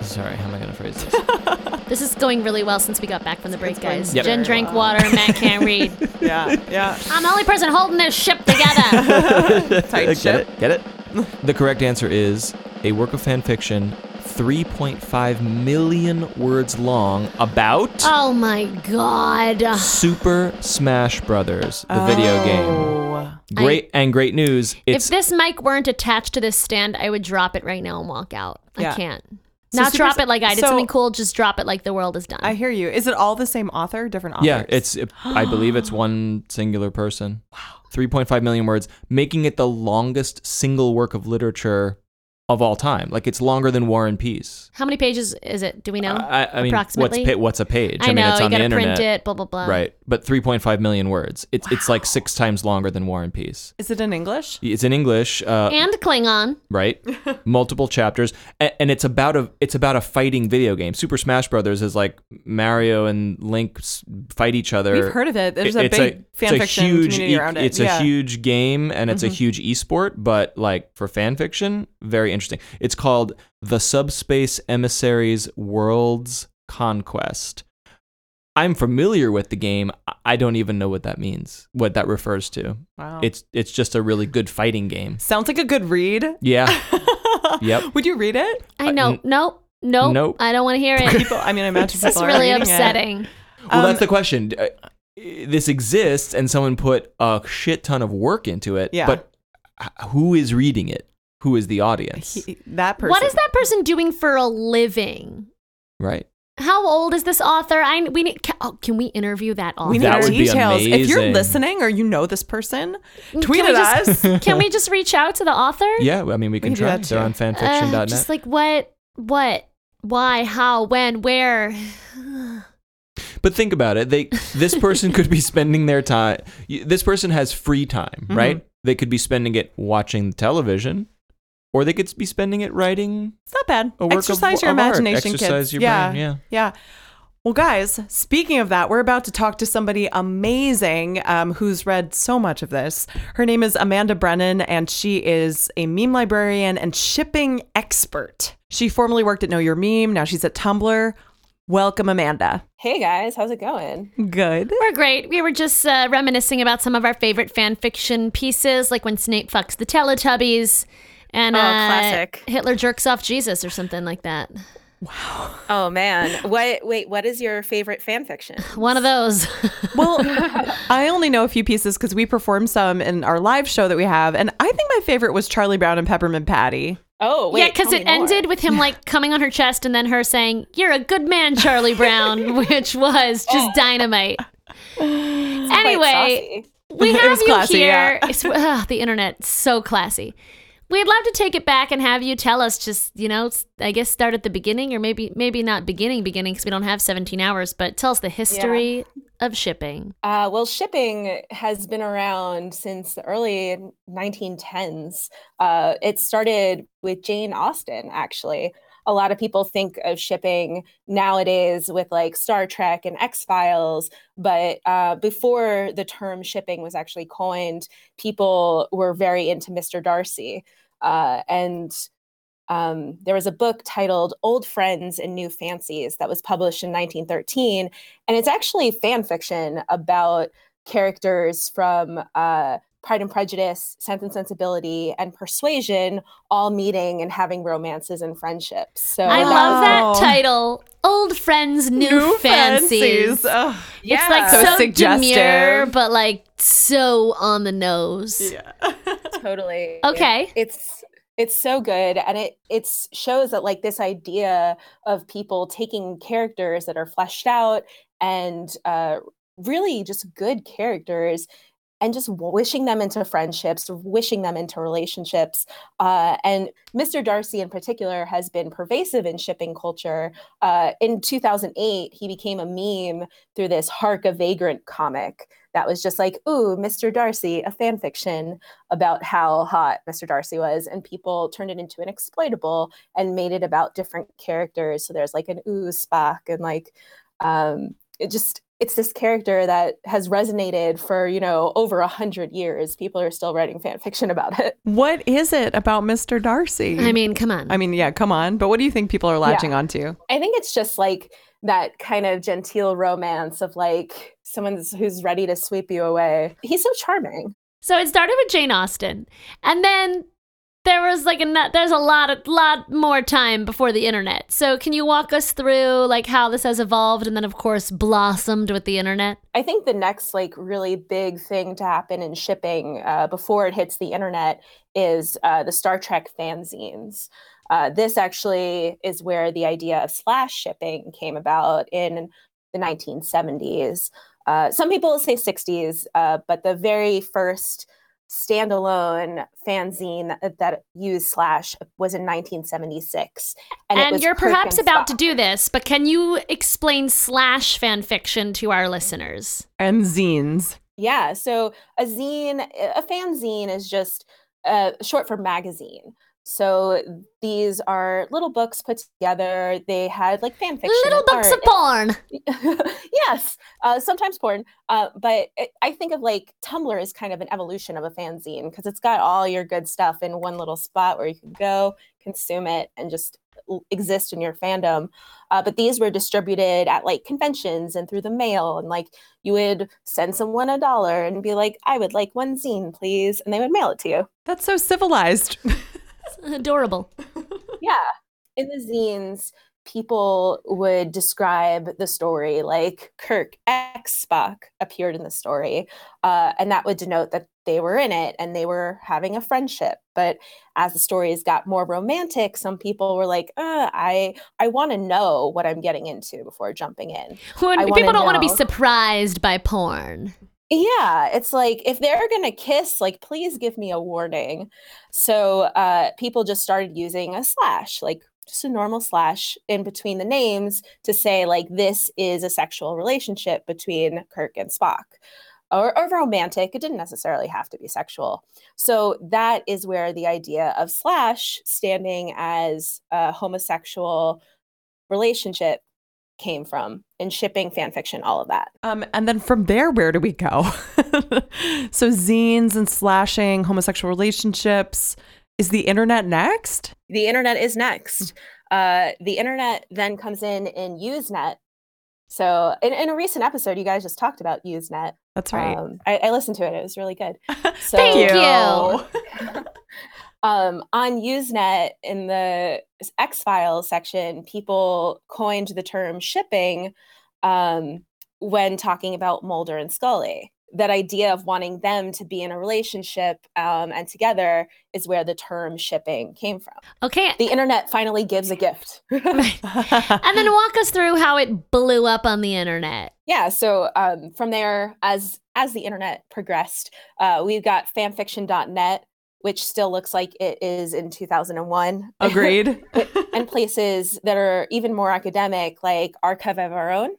Speaker 4: Sorry, how am I going to phrase this?
Speaker 3: This is going really well since we got back from the break, guys.
Speaker 4: Yep.
Speaker 3: Jen
Speaker 4: very
Speaker 3: drank water. Matt can't read.
Speaker 2: yeah, yeah.
Speaker 3: I'm the only person holding this ship together.
Speaker 2: Tight
Speaker 4: Get
Speaker 2: ship.
Speaker 4: it? Get it? the correct answer is a work of fan fiction 3.5 million words long about
Speaker 3: oh my god.
Speaker 4: Super Smash Brothers, the video game.
Speaker 2: Ah. Oh.
Speaker 4: Great and great news. It's
Speaker 3: if this mic weren't attached to this stand, I would drop it right now and walk out.
Speaker 2: Yeah.
Speaker 3: I can't.
Speaker 2: So
Speaker 3: Not
Speaker 2: Super-
Speaker 3: drop it like I did
Speaker 2: so-
Speaker 3: something cool. Just drop it like the world is done.
Speaker 2: I hear you. Is it all the same author, different authors?
Speaker 4: Yeah, it's. It, I believe it's one singular person. Wow. 3.5 million words, making it the longest single work of literature of all time. Like it's longer than War and Peace.
Speaker 3: How many pages is it? Do we know?
Speaker 4: Uh, I, I mean, what's
Speaker 3: approximately.
Speaker 4: pa- what's a page?
Speaker 3: I know
Speaker 4: mean, it's
Speaker 3: you
Speaker 4: on the
Speaker 3: gotta
Speaker 4: internet,
Speaker 3: print it. Um, Blah blah blah.
Speaker 4: right? But 3.5 million words. It's it's like six times longer than War and Peace.
Speaker 2: Is it in English?
Speaker 4: It's in English, uh,
Speaker 3: And Klingon.
Speaker 4: right? Multiple chapters, and, and it's about a it's about a fighting video game. Super Smash Brothers is like Mario and Link s- fight each other.
Speaker 2: We've heard of it. There's a
Speaker 4: it's
Speaker 2: big fan
Speaker 4: it's a
Speaker 2: fiction
Speaker 4: huge
Speaker 2: community
Speaker 4: e-
Speaker 2: around it.
Speaker 4: It's
Speaker 2: Yeah. Mm-hmm.
Speaker 4: a huge game and it's a huge esport, but like for fan fiction, very interesting. It's called The Subspace Emissaries World's Conquest. I'm familiar with the game. I- I don't even know what that means, what that refers to.
Speaker 2: Wow.
Speaker 4: It's it's just a really good fighting game.
Speaker 2: Sounds like a good read.
Speaker 4: Yeah. yep.
Speaker 2: Would you read it?
Speaker 3: I know. nope. Nope.
Speaker 4: nope.
Speaker 3: I don't want to hear it.
Speaker 2: People, I mean, I imagine
Speaker 3: this is
Speaker 2: people are
Speaker 3: really
Speaker 2: reading it.
Speaker 3: upsetting.
Speaker 4: Well,
Speaker 2: Um,
Speaker 4: that's the question. D- uh, This exists, and someone put a shit ton of work into it.
Speaker 2: Yeah.
Speaker 4: But h- who is reading it? Who is the audience?
Speaker 2: He- E, that person.
Speaker 3: What is that person doing for a living?
Speaker 4: right.
Speaker 3: How old is this author? I we need. Can, oh, can we interview that author?
Speaker 2: We need
Speaker 4: That would be
Speaker 2: details. If you're
Speaker 4: amazing.
Speaker 2: listening or you know this person, tweet
Speaker 3: we
Speaker 2: at
Speaker 3: just-
Speaker 2: us.
Speaker 3: can we just reach out to the author?
Speaker 4: Yeah. I mean, we can
Speaker 2: can do
Speaker 4: try.
Speaker 2: that
Speaker 4: They're
Speaker 2: too.
Speaker 4: on
Speaker 3: Uh,
Speaker 4: fanfiction.net.
Speaker 3: just like what, what, why, how, when, where.
Speaker 4: but think about it. They this person could be spending their time. y- This person has free time, right? They could be spending it watching television, or they could be spending it writing
Speaker 2: It's not bad.
Speaker 4: a work
Speaker 2: Exercise
Speaker 4: of,
Speaker 2: your
Speaker 4: of art.
Speaker 2: imagination,
Speaker 4: Exercise
Speaker 2: kids.
Speaker 4: your
Speaker 2: yeah.
Speaker 4: brain. Yeah.
Speaker 2: Yeah. Well, guys, speaking of that, we're about to talk to somebody amazing um, who's read so much of this. Her name is Amanda Brennan, and she is a meme librarian and shipping expert. She formerly worked at Know Your Meme. Now she's at Tumblr. Welcome, Amanda.
Speaker 8: Hey guys, how's it going?
Speaker 2: Good.
Speaker 3: We're great. We were just uh, reminiscing about some of our favorite fan fiction pieces, like when Snape fucks the Teletubbies. And
Speaker 8: Oh,
Speaker 3: uh,
Speaker 8: classic.
Speaker 3: Hitler jerks off Jesus or something like that.
Speaker 8: Oh man, what? Wait, what is your favorite fan fiction?
Speaker 3: One of those.
Speaker 2: Well, I only know a few pieces because we performed some in our live show that we have. And I think my favorite was Charlie Brown and Peppermint Patty.
Speaker 8: Oh wait,
Speaker 3: yeah, because
Speaker 8: tell
Speaker 3: it
Speaker 8: me more.
Speaker 3: ended with him like coming on her chest and then her saying, You're a good man, Charlie Brown, which was just dynamite.
Speaker 8: Quite
Speaker 3: Anyway,
Speaker 8: saucy.
Speaker 3: we have
Speaker 2: was
Speaker 3: you
Speaker 2: classy,
Speaker 3: here.
Speaker 2: yeah.
Speaker 3: It's, ugh, the internet, so classy. We'd love to take it back and have you tell us. Just you know, s- I guess start at the beginning, or maybe maybe not beginning beginning because we don't have 17 hours. But tell us the history of shipping.
Speaker 8: Uh, well, shipping has been around since the early 1910s. Uh, it started with Jane Austen, actually. a lot of people think of shipping nowadays with like Star Trek and X Files, but uh, before the term shipping was actually coined, people were very into Mr. Darcy. Uh, and um, there was a book titled Old Friends and New Fancies that was published in 1913. And it's actually fan fiction about characters from uh, Pride and Prejudice, Sense and Sensibility, and Persuasion all meeting and having romances and friendships. So
Speaker 3: I love
Speaker 2: Wow.
Speaker 3: that title. Old friends, new, fancies.
Speaker 2: Ugh.
Speaker 8: yeah.
Speaker 3: It's like
Speaker 2: So
Speaker 3: so,
Speaker 2: suggestive.
Speaker 3: demure, but like so on the nose.
Speaker 8: totally
Speaker 3: Okay.
Speaker 8: it's it's so good and it it shows that like this idea of people taking characters that are fleshed out and uh really just good characters and just wishing them into friendships wishing them into relationships uh, and mr darcy in particular has been pervasive in shipping culture uh, in 2008 he became a meme through this hark a vagrant comic that was just like ooh mr darcy a fan fiction about how hot Mr. Darcy was, and people turned it into an exploitable and made it about different characters. So there's like an ooze Spock, and like um, it just it's this character that has resonated for you know over a hundred years. People are still writing fan fiction about it.
Speaker 2: What is it about Mr. Darcy?
Speaker 3: I mean, come on.
Speaker 2: I mean, yeah, come on. But what do you think people are latching onto?
Speaker 8: I think it's just like that kind of genteel romance of like someone who's ready to sweep you away. He's so charming.
Speaker 3: So it started with Jane Austen, and then there was like a there's a lot of lot more time before the internet. So can you walk us through like how this has evolved and then of course blossomed with the internet?
Speaker 8: I think the next like really big thing to happen in shipping uh, before it hits the internet is uh, the Star Trek fanzines. Uh, this actually is where the idea of slash shipping came about in the 1970s. Uh, some people say 60s, uh, but the very first standalone fanzine that, that used slash was in 1976.
Speaker 3: And,
Speaker 8: it was
Speaker 3: you're
Speaker 8: Kirk
Speaker 3: perhaps
Speaker 8: and
Speaker 3: about to
Speaker 8: Spock.
Speaker 3: do this, but can you explain slash fan fiction to our listeners?
Speaker 2: And zines.
Speaker 8: Yeah. So a zine, a fanzine is just uh, short for magazine. So these are little books put together. They had like fan fiction.
Speaker 3: Little
Speaker 8: and
Speaker 3: books
Speaker 8: art
Speaker 3: of porn.
Speaker 8: yes, uh, sometimes porn. Uh, but I- I think of like Tumblr is kind of an evolution of a fanzine because it's got all your good stuff in one little spot where you can go, consume it, and just l- exist in your fandom. Uh, but these were distributed at like conventions and through the mail. And like you would send someone a dollar and be like, I would like one zine, please. And they would mail it to you.
Speaker 2: That's so civilized.
Speaker 3: Adorable.
Speaker 8: yeah in the zines people would describe the story like kirk x spock appeared in the story uh, and that would denote that they were in it and they were having a friendship but as the stories got more romantic some people were like uh, i i want to know what i'm getting into before jumping in
Speaker 3: When
Speaker 8: I wanna
Speaker 3: people don't want to be
Speaker 8: know.
Speaker 3: surprised by porn.
Speaker 8: yeah, it's like if they're gonna kiss, like please give me a warning. So uh, people just started using a slash, like just a normal slash in between the names to say like this is a sexual relationship between Kirk and Spock, or, or romantic. It didn't necessarily have to be sexual. So that is where the idea of slash standing as a homosexual relationship came from, and shipping fan fiction, all of that.
Speaker 2: Um, and then from there, where do we go? so zines and slashing, homosexual relationships. Is the internet next?
Speaker 8: the internet is next. Uh, the internet then comes in in Usenet. So in, in a recent episode, you guys just talked about Usenet.
Speaker 2: That's right.
Speaker 3: Uh,
Speaker 8: Um, I, I listened to it. It was really good. So,
Speaker 3: Thank you.
Speaker 8: um, on Usenet in the X Files section, people coined the term shipping um, when talking about Mulder and Scully. That idea of wanting them to be in a relationship um, and together is where the term shipping came from.
Speaker 3: Okay.
Speaker 8: The internet finally gives a gift.
Speaker 3: And then walk us through how it blew up on the internet.
Speaker 8: yeah so um, from there as as the internet progressed uh, we've got fanfiction.net which still looks like it is in 2001
Speaker 2: Agreed.
Speaker 8: and places that are even more academic like archive of our own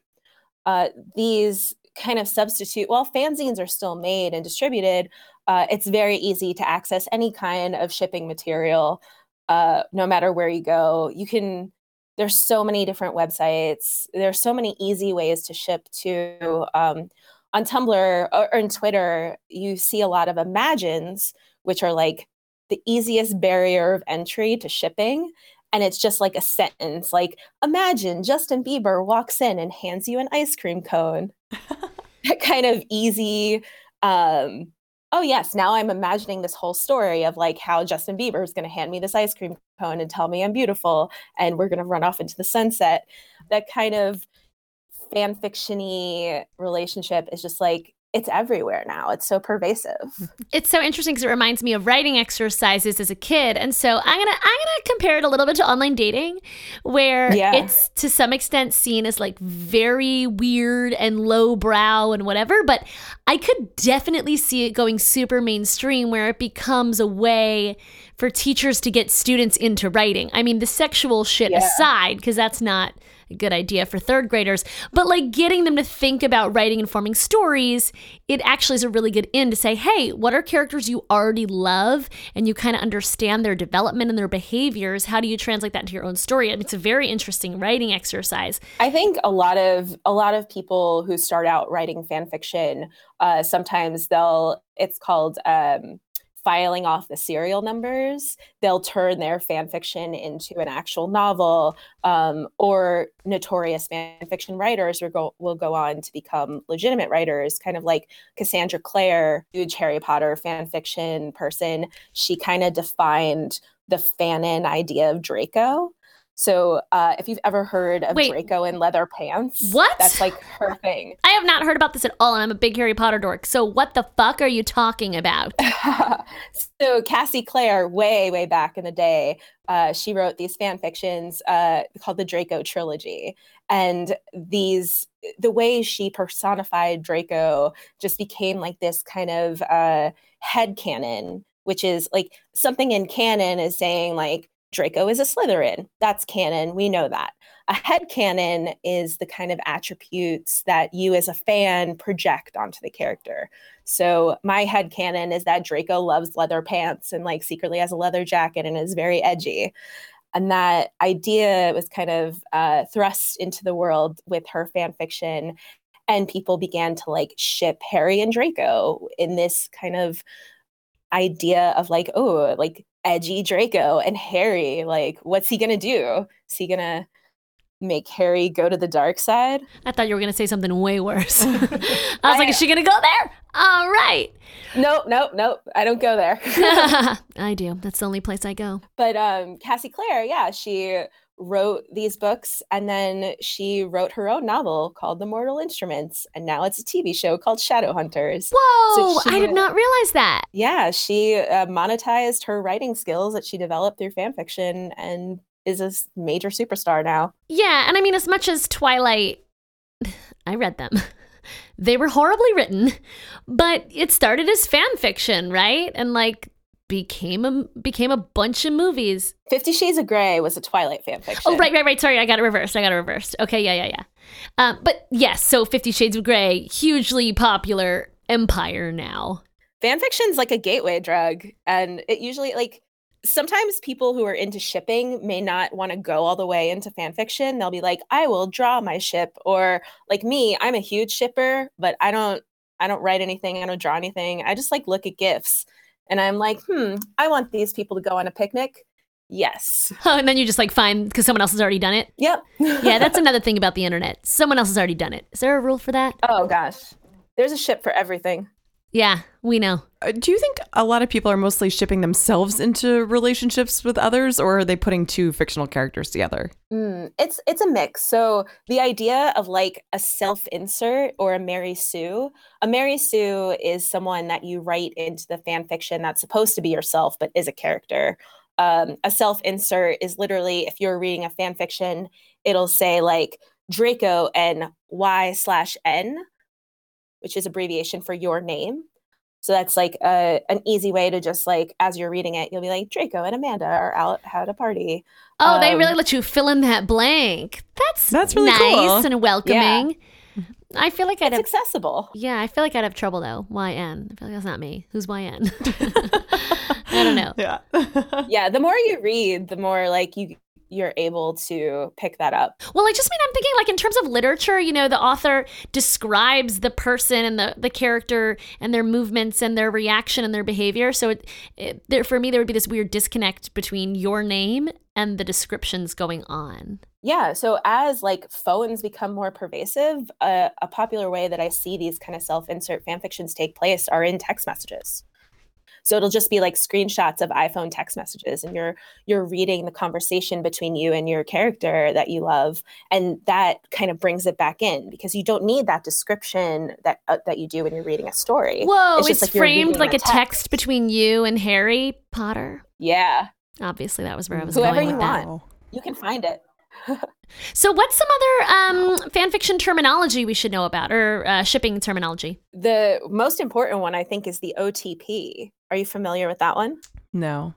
Speaker 8: uh, these kind of substitute while fanzines are still made and distributed uh, it's very easy to access any kind of shipping material uh, no matter where you go. You can there's so many different websites. There's so many easy ways to ship to. Um, on Tumblr or, or on Twitter, you see a lot of imagines, which are like the easiest barrier of entry to shipping. And it's just like a sentence like, imagine Justin Bieber walks in and hands you an ice cream cone. that kind of easy, um, oh, yes, now I'm imagining this whole story of like how Justin Bieber is going to hand me this ice cream cone and tell me I'm beautiful and we're going to run off into the sunset. That kind of fan fictiony relationship is just like, it's everywhere now. It's so pervasive.
Speaker 3: It's so interesting because it reminds me of writing exercises as a kid, and so I'm gonna I'm gonna compare it a little bit to online dating, where
Speaker 8: Yeah.
Speaker 3: it's to some extent seen as like very weird and lowbrow and whatever. But I could definitely see it going super mainstream, where it becomes a way for teachers to get students into writing. I mean, the sexual shit aside, because that's not a good idea for third graders, but like getting them to think about writing and forming stories, it actually is a really good in to say, hey, what are characters you already love and you kind of understand their development and their behaviors? How do you translate that into your own story? And it's a very interesting writing exercise.
Speaker 8: I think a lot of a lot of people who start out writing fan fiction, uh, sometimes they'll it's called um, filing off the serial numbers. They'll turn their fan fiction into an actual novel, um, or notorious fan fiction writers will go, will go on to become legitimate writers, kind of like Cassandra Clare, huge Harry Potter fan fiction person. She kind of defined the fanon idea of Draco. So uh, if you've ever heard of
Speaker 3: Wait.
Speaker 8: Draco in leather pants,
Speaker 3: What?
Speaker 8: That's like her thing.
Speaker 3: I have not heard about this at all, and I'm a big Harry Potter dork. So, what the fuck are you talking about?
Speaker 8: so Cassie Clare, way way back in the day, uh, she wrote these fan fictions uh, called the Draco trilogy, and these the way she personified Draco just became like this kind of uh, head canon, which is like something in canon is saying like Draco is a Slytherin. That's canon. We know that. A headcanon is the kind of attributes that you as a fan project onto the character. So my headcanon is that Draco loves leather pants and like secretly has a leather jacket and is very edgy. And that idea was kind of uh, thrust into the world with her fan fiction. And people began to like ship Harry and Draco in this kind of idea of like, oh, like edgy Draco and Harry. Like, what's he gonna do? Is he gonna make Harry go to the dark side?
Speaker 3: I thought you were going to say something way worse. I was like, is she going to go there? All right.
Speaker 8: Nope, nope, nope. I don't go there.
Speaker 3: I do. That's the only place I go.
Speaker 8: but um Cassie Clare, yeah, she wrote these books and then she wrote her own novel called The Mortal Instruments and now it's a TV show called Shadowhunters.
Speaker 3: Whoa,
Speaker 8: she
Speaker 3: I did
Speaker 8: would-
Speaker 3: not realize that.
Speaker 8: Yeah, she uh, monetized her writing skills that she developed through fan fiction and is a s- major superstar now.
Speaker 3: Yeah, and I mean, as much as Twilight, I read them. They were horribly written, but it started as fan fiction, right? And like became a became a bunch of movies.
Speaker 8: 50 Shades of Grey was a Twilight fan fiction.
Speaker 3: Oh, right, right, right. Sorry, I got it reversed. I got it reversed. Okay, yeah, yeah, yeah. Um, but yes, so Fifty Shades of Grey, hugely popular empire now.
Speaker 8: fan fiction's like a gateway drug and it usually like sometimes people who are into shipping may not want to go all the way into fan fiction they'll be like i will draw my ship or like me i'm a huge shipper but i don't i don't write anything i don't draw anything i just like look at gifts and i'm like hmm i want these people to go on a picnic yes
Speaker 3: Oh, and then you just like find because someone else has already done it.
Speaker 8: yep
Speaker 3: Yeah, that's another thing about the internet. Someone else has already done it. Is there a rule for that?
Speaker 8: oh gosh there's a ship for everything
Speaker 3: Yeah, we know.
Speaker 2: Uh, Do you think a lot of people are mostly shipping themselves into relationships with others, or are they putting two fictional characters together?
Speaker 8: Mm, it's it's a mix. So the idea of like a self insert or a Mary Sue, a Mary Sue is someone that you write into the fan fiction that's supposed to be yourself but is a character. Um, a self insert is literally if you're reading a fan fiction, it'll say like Draco and Y slash N, which is abbreviation for your name. So that's like a, an easy way to just like as you're reading it, you'll be like Draco and Amanda are out how to party.
Speaker 3: Oh, they
Speaker 8: Um,
Speaker 3: really let you fill in that blank. That's
Speaker 2: That's really
Speaker 3: nice
Speaker 2: cool.
Speaker 3: and welcoming. I feel like I'd
Speaker 8: It's
Speaker 3: have.
Speaker 8: accessible.
Speaker 3: Yeah, I feel like I'd have trouble though. YN. I feel like that's not me. Who's YN? I don't know.
Speaker 2: Yeah.
Speaker 8: Yeah, the more you read, the more like you you're able to pick that up.
Speaker 3: Well, I just mean I'm thinking like in terms of literature, you know, the author describes the person and the, the character and their movements and their reaction and their behavior. So it, it there for me there would be this weird disconnect between your name and the descriptions going on.
Speaker 8: Yeah, so as like phones become more pervasive, uh, a popular way that I see these kind of self-insert fan fictions take place are in text messages. So it'll just be like screenshots of iPhone text messages, and you're you're reading the conversation between you and your character that you love, and that kind of brings it back in because you don't need that description that uh, that you do when you're reading a story.
Speaker 3: Whoa,
Speaker 8: It's
Speaker 3: it's,
Speaker 8: just like you're
Speaker 3: framed
Speaker 8: reading
Speaker 3: like
Speaker 8: a
Speaker 3: a text. between you and Harry Potter.
Speaker 8: Yeah,
Speaker 3: Obviously, that was where I was
Speaker 8: Whoever
Speaker 3: going
Speaker 8: you
Speaker 3: with that.
Speaker 8: want. you can find it.
Speaker 3: So, what's some other um, fan fiction terminology we should know about, or uh, shipping terminology?
Speaker 8: The most important one, I think, is the OTP. Are you familiar with that one?
Speaker 2: No.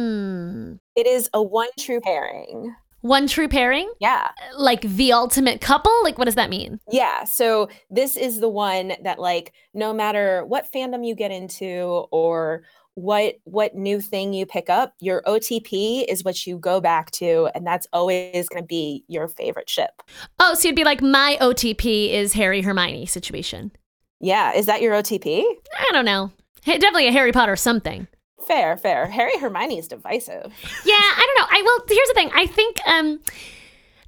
Speaker 3: Mm.
Speaker 8: It is a one true pairing.
Speaker 3: One true pairing,
Speaker 8: Yeah.
Speaker 3: like the ultimate couple. Like, what does that mean?
Speaker 8: Yeah. So this is the one that like no matter what fandom you get into or what what new thing you pick up, your OTP is what you go back to and that's always going to be your favorite ship.
Speaker 3: Oh, so you'd be like, my OTP is Harry Hermione situation.
Speaker 8: Yeah, is that your OTP?
Speaker 3: I don't know. Hey, definitely a Harry Potter something.
Speaker 8: Fair, fair. Harry Hermione is divisive.
Speaker 3: Yeah, I don't know. I will. Here's the thing. I think. um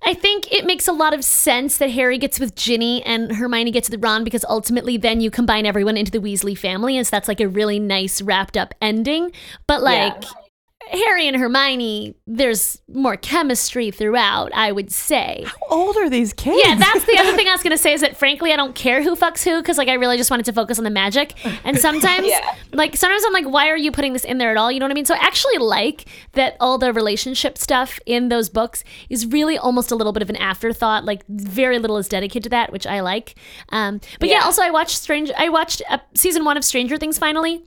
Speaker 3: I think it makes a lot of sense that Harry gets with Ginny and Hermione gets with Ron because ultimately then you combine everyone into the Weasley family and so that's like a really nice wrapped up ending. But
Speaker 8: Yeah.
Speaker 3: like Harry and Hermione, there's more chemistry throughout, I would say.
Speaker 2: How old are these kids?
Speaker 3: Yeah, that's the other thing I was gonna say is that frankly I don't care who fucks who because like I really just wanted to focus on the magic. And sometimes
Speaker 8: Yeah.
Speaker 3: like sometimes I'm like, why are you putting this in there at all? You know what I mean? So I actually like that all the relationship stuff in those books is really almost a little bit of an afterthought. Like very little is dedicated to that, which I like. Um, but yeah.
Speaker 8: Yeah.
Speaker 3: also I watched Strange. I watched uh, season one of Stranger Things finally.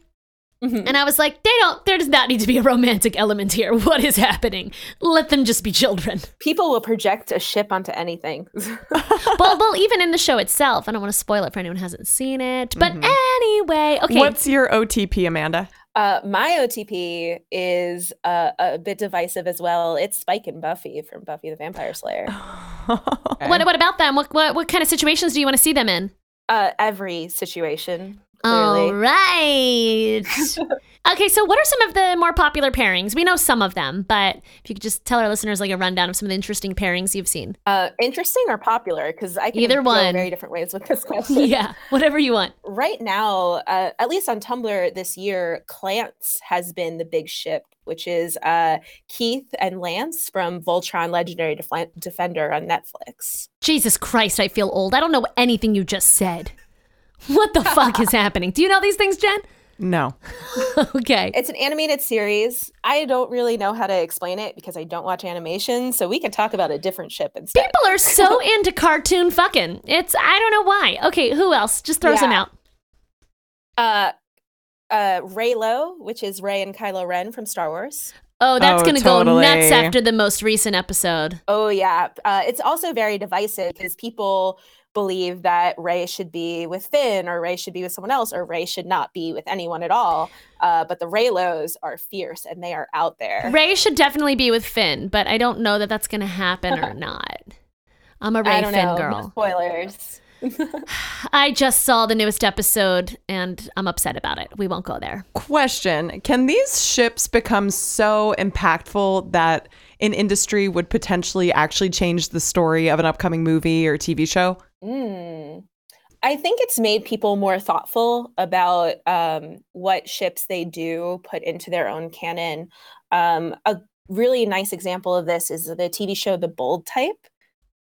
Speaker 8: Mhm.
Speaker 3: And I was like, they don't, there does not need to be a romantic element here. What is happening? Let them just be children.
Speaker 8: People will project a ship onto anything.
Speaker 3: well, well, even in the show itself, I don't want to spoil it for anyone who hasn't seen it. But
Speaker 8: Mm-hmm.
Speaker 3: anyway, okay.
Speaker 2: What's your OTP, Amanda?
Speaker 8: Uh, my OTP is uh, a bit divisive as well. It's Spike and Buffy from Buffy the Vampire Slayer.
Speaker 3: what, what about them? What, what what kind of situations do you want to see them in?
Speaker 8: Uh, every situation,
Speaker 3: All
Speaker 8: clearly.
Speaker 3: right. okay, so what are some of the more popular pairings? We know some of them, but if you could just tell our listeners like a rundown of some of the interesting pairings you've seen.
Speaker 8: Uh, interesting or popular? Because I can
Speaker 3: Either
Speaker 8: go
Speaker 3: one.
Speaker 8: very different ways with this question.
Speaker 3: yeah, whatever you want.
Speaker 8: Right now, uh, at least on Tumblr this year, Clance has been the big ship, which is uh, Keith and Lance from Voltron Legendary Defla- Defender on Netflix.
Speaker 3: Jesus Christ, I feel old. I don't know anything you just said. What the fuck is happening? Do you know these things, Jen?
Speaker 2: No.
Speaker 3: Okay.
Speaker 8: It's an animated series. I don't really know how to explain it because I don't watch animation, so we can talk about a different ship instead.
Speaker 3: People are so into cartoon fucking. It's I don't know why. Okay, who else? Just throw some
Speaker 8: Yeah.
Speaker 3: out.
Speaker 8: Uh, uh, Raylo, which is Ray and Kylo Ren from Star Wars.
Speaker 3: Oh, that's
Speaker 2: Oh,
Speaker 3: gonna go
Speaker 2: totally.
Speaker 3: nuts after the most recent episode.
Speaker 8: Oh yeah, uh, it's also very divisive because people believe that Ray should be with Finn, or Ray should be with someone else, or Ray should not be with anyone at all. Uh, but the Raylos are fierce and they are out there.
Speaker 3: Ray should definitely be with Finn, but I don't know that that's gonna happen or not. I'm a
Speaker 8: I
Speaker 3: Ray
Speaker 8: don't
Speaker 3: Finn
Speaker 8: know. No
Speaker 3: girl.
Speaker 8: spoilers.
Speaker 3: I just saw the newest episode and I'm upset about it. We won't go there.
Speaker 2: Question Can these ships become so impactful that an industry would potentially actually change the story of an upcoming movie or TV show?
Speaker 8: Mm. I think it's made people more thoughtful about um, what ships they do put into their own canon. Um, a really nice example of this is the TV show The Bold Type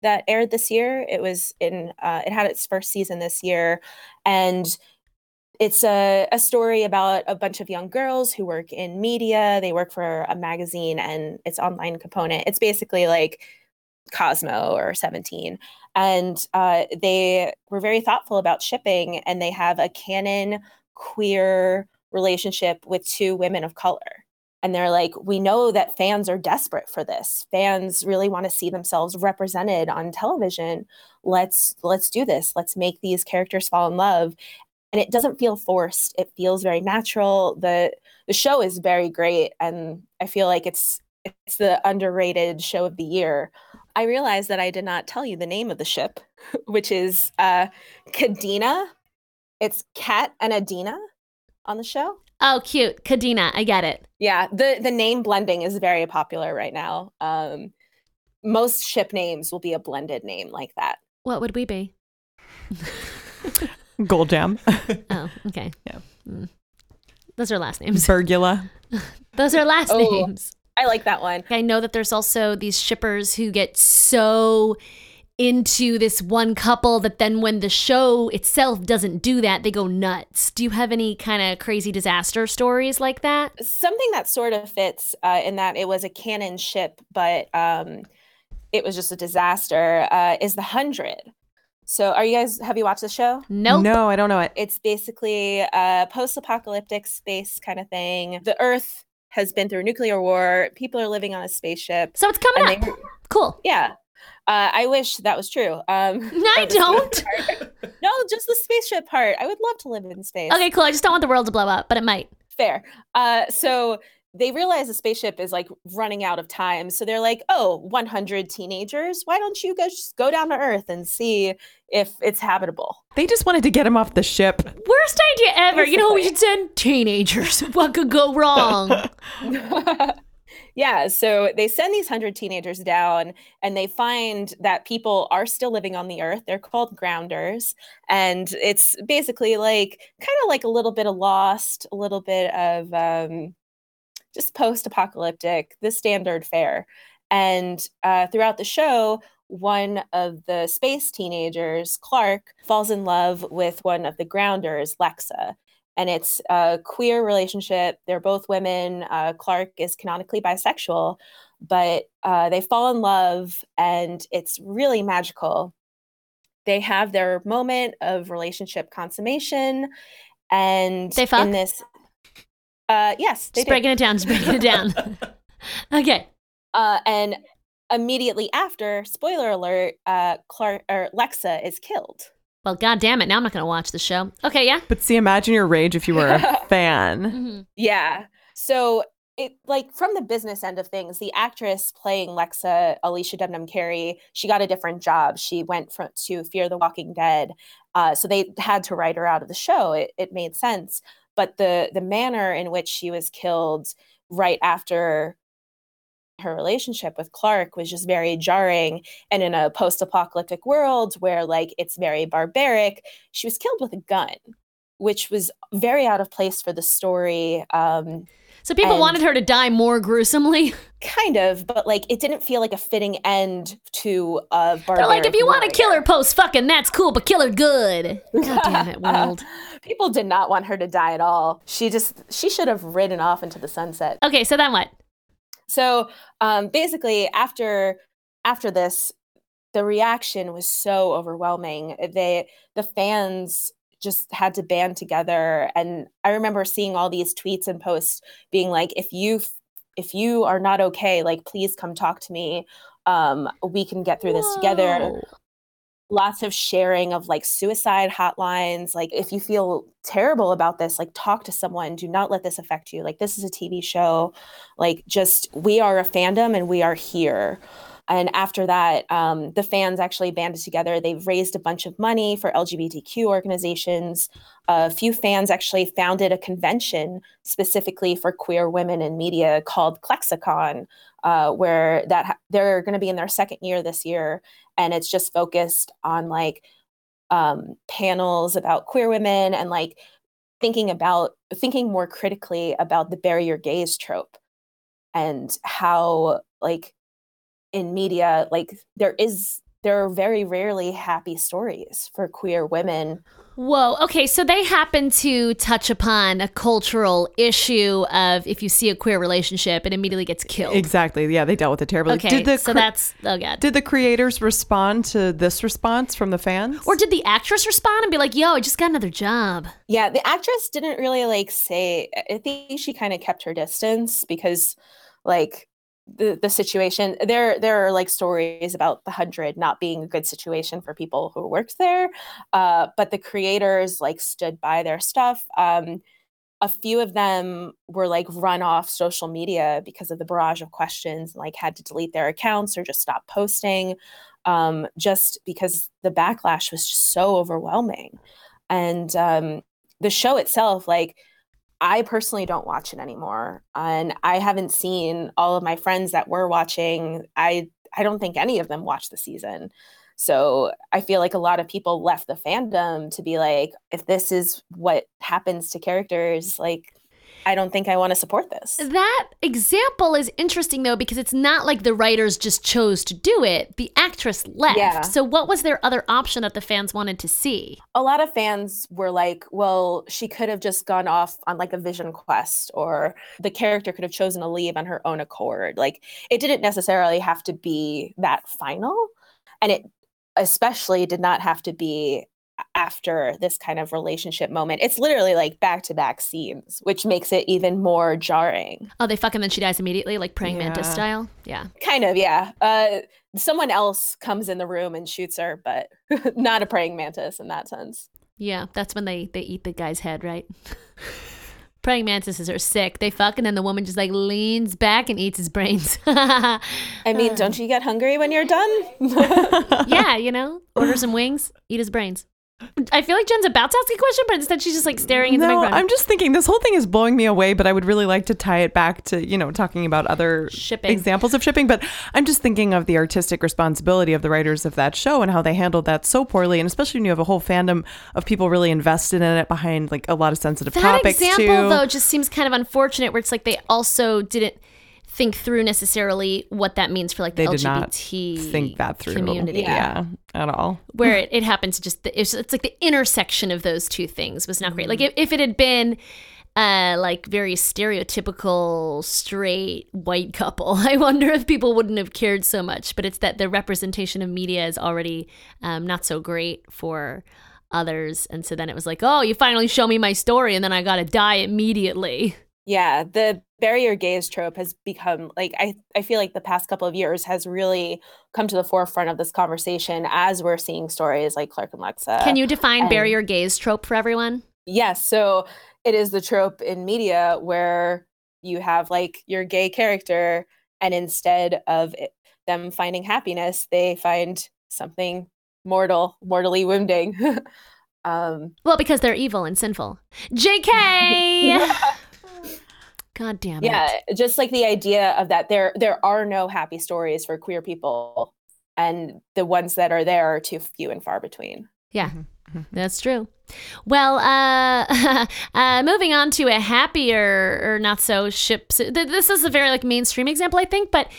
Speaker 8: that aired this year. It was in uh, it had its first season this year, and it's a, a story about a bunch of young girls who work in media. They work for a magazine and its online component. It's basically like Cosmo or 17. And uh, they were very thoughtful about shipping, and they have a canon queer relationship with two women of color. and they're like we know that fans are desperate for this fans really want to see themselves represented on television let's let's do this let's make these characters fall in love and it doesn't feel forced it feels very natural the the show is very great and i feel like it's it's the underrated show of the year i realized that i did not tell you the name of the ship which is uh kadena it's kat and adina on the show
Speaker 3: Oh, cute. Kadena, I get it.
Speaker 8: yeah the the name blending is very popular right now um most ship names will be a blended name like that
Speaker 3: What would we be?
Speaker 2: Gold Jam,
Speaker 3: Oh, okay.
Speaker 2: Yeah.
Speaker 3: Mm. Those are last names.
Speaker 2: Bergula.
Speaker 3: Those are last
Speaker 8: Oh.
Speaker 3: names.
Speaker 8: i like that one
Speaker 3: I know that there's also these shippers who get so into this one couple that then when the show itself doesn't do that, they go nuts. Do you have any kind of crazy disaster stories like that?
Speaker 8: something that sort of fits uh, in that it was a canon ship, but um, it was just a disaster. Uh, is the hundred? So, are you guys? Have you watched the show?
Speaker 3: Nope.
Speaker 2: No, I don't know it.
Speaker 8: It's basically a post-apocalyptic space kind of thing. The Earth has been through nuclear war. People are living on a spaceship,
Speaker 3: So it's coming
Speaker 8: and
Speaker 3: up.
Speaker 8: they,
Speaker 3: cool.
Speaker 8: yeah. Uh, I wish that was true. Um,
Speaker 3: No, I
Speaker 8: or the space
Speaker 3: don't.
Speaker 8: part. no, just the spaceship part. I would love to live in space.
Speaker 3: Okay, cool. I just don't want the world to blow up, but it might.
Speaker 8: Fair. Uh, so they realize the spaceship is like running out of time. So they're like, oh, 100 teenagers, why don't you guys just go down to Earth and see if it's habitable?
Speaker 2: They just wanted to get him off the ship.
Speaker 3: Worst idea ever. You know, what we should send teenagers. What could go wrong?
Speaker 8: yeah. So they send these 100 teenagers down and they find that people are still living on the Earth. They're called grounders. And it's basically like kind of like a little bit of lost, a little bit of um, just post apocalyptic, the standard fare. And uh, throughout the show, one of the space teenagers, Clark, falls in love with one of the grounders, Lexa. And it's a queer relationship. They're both women. Uh, Clark is canonically bisexual, but uh, they fall in love and it's really magical. They have their moment of relationship consummation. And
Speaker 3: They fuck?
Speaker 8: in this, uh, yes, they
Speaker 3: Just
Speaker 8: do.
Speaker 3: breaking it down. Just breaking it down. okay.
Speaker 8: Uh, and immediately after, spoiler alert, uh, Clark or Lexa is killed.
Speaker 3: Well, god damn it. Now I'm not going to watch the show. Okay, yeah.
Speaker 2: But see, imagine your rage if you were a fan.
Speaker 3: Mhm.
Speaker 8: Yeah. So it like from the business end of things, the actress playing Lexa, Alicia Dubnam Carey, she got a different job. She went from to Fear the Walking Dead, uh, so they had to write her out of the show. It, it made sense, but the the manner in which she was killed right after her relationship with Clark was just very jarring. And in a post apocalyptic world where like it's very barbaric, she was killed with a gun. Which was very out of place for the story. Um,
Speaker 3: So people
Speaker 8: And-
Speaker 3: wanted her to die more gruesomely.
Speaker 8: kind of, but like it didn't feel like a fitting end to a barbaric.
Speaker 3: They're like, if you want to kill
Speaker 8: warrior."
Speaker 3: her post fucking, that's cool, but kill her good. God damn it, world.
Speaker 8: people did not want her to die at all. She just she should have ridden off into the sunset.
Speaker 3: Okay, so then what?
Speaker 8: So um, basically, after after this, the reaction was so overwhelming. Eh, They the fans just had to band together, and I remember seeing all these tweets and posts being like, "If you f- if you are not okay, like please come talk to me. Um, we can get through this together."
Speaker 3: Whoa.
Speaker 8: lots of sharing of like suicide hotlines like if you feel terrible about this like talk to someone do not let this affect you like this is a tv show like just we are a fandom and we are here and after that um, the fans actually banded together they raised a bunch of money for lgbtq organizations a few fans actually founded a convention specifically for queer women in media called Klexicon, uh, where that ha- they're going to be in their second year this year, and it's just focused on like um, panels about queer women and like thinking about thinking more critically about the barrier gaze trope and how like in media like there is there are very rarely happy stories for queer women.
Speaker 3: Whoa. Okay. So they happen to touch upon a cultural issue of if you see a queer relationship, it immediately gets killed.
Speaker 2: Exactly. Yeah, they dealt with it terribly.
Speaker 3: Okay.
Speaker 2: Did the
Speaker 3: so
Speaker 2: cr-
Speaker 3: that's, oh God.
Speaker 2: did the creators respond to this response from the fans?
Speaker 3: or did the actress respond and be like, yo, I just got another job?
Speaker 8: Yeah, the actress didn't really like say. I- I think she kind of kept her distance because, like, the the situation there there are like stories about the hundred not being a good situation for people who worked there, uh, but the creators like stood by their stuff. Um, a few of them were like run off social media because of the barrage of questions, and, like had to delete their accounts or just stop posting, um, just because the backlash was just so overwhelming. And um, the show itself, like I personally don't watch it anymore, and I haven't seen all of my friends that were watching. I I don't think any of them watched the season. So I feel like a lot of people left the fandom to be like, if this is what happens to characters, like I don't think I want to support this.
Speaker 3: That example is interesting though because it's not like the writers just chose to do it. The actress left.
Speaker 8: Yeah.
Speaker 3: So what was their other option that the fans wanted to see?
Speaker 8: a lot of fans were like, well, she could have just gone off on like a vision quest, or the character could have chosen to leave on her own accord. Like, it didn't necessarily have to be that final. And it especially did not have to be a- after this kind of relationship moment. It's literally like back to back scenes, which makes it even more jarring.
Speaker 3: Oh, they fuck and then she dies immediately, like praying mantis
Speaker 2: Yeah.
Speaker 3: style. Yeah.
Speaker 8: Kind of, yeah. Uh, someone else comes in the room and shoots her, but not a praying mantis in that sense.
Speaker 3: Yeah. That's when they, they eat the guy's head, right? praying mantises are sick. They fuck and then the woman just like leans back and eats his brains.
Speaker 8: I
Speaker 3: Uh.
Speaker 8: mean, don't you get hungry when you're done?
Speaker 3: yeah, you know? Order some wings, eat his brains. I feel like Jen's about to ask a question, but instead she's just like staring at the
Speaker 2: no,
Speaker 3: microphone.
Speaker 2: I'm just thinking this whole thing is blowing me away, but I would really like to tie it back to, you know, talking about other
Speaker 3: Shipping.
Speaker 2: examples of shipping. But I'm just thinking of the artistic responsibility of the writers of that show and how they handled that so poorly. And especially when you have a whole fandom of people really invested in it behind like a lot of sensitive
Speaker 3: That
Speaker 2: topics
Speaker 3: example,
Speaker 2: too.
Speaker 3: though, just seems kind of unfortunate. Where it's like they also didn't think through necessarily what that means for like the
Speaker 2: they did not
Speaker 3: LGBT
Speaker 2: think that through.
Speaker 3: community.
Speaker 2: Yeah. At all.
Speaker 3: Where it, it happened to just the, it's, it's like the intersection of those two things was not great. Like
Speaker 8: Mm.
Speaker 3: if, if it had been uh like very stereotypical straight white couple, I wonder if people wouldn't have cared so much. But it's that the representation of media is already um, not so great for others and so then it was like oh you finally show me my story and then i gotta die immediately
Speaker 8: yeah, the barrier gaze trope has become like I, I feel like the past couple of years has really come to the forefront of this conversation as we're seeing stories like Clark and Lexa.
Speaker 3: Can you define
Speaker 8: Uh, and-
Speaker 3: barrier gaze trope for everyone?
Speaker 8: Yes, so it is the trope in media where you have like your gay character, and instead of it, them finding happiness, they find something mortal, mortally wounding. um,
Speaker 3: Well, because they're evil and sinful. JK. God damn it.
Speaker 8: yeah just like the idea of that there there are no happy stories for queer people and the ones that are there are too few and far between
Speaker 3: Yeah. That's true. Well, uh, uh, moving on to a happier or not so ship. th- This is a very like mainstream example, I think, but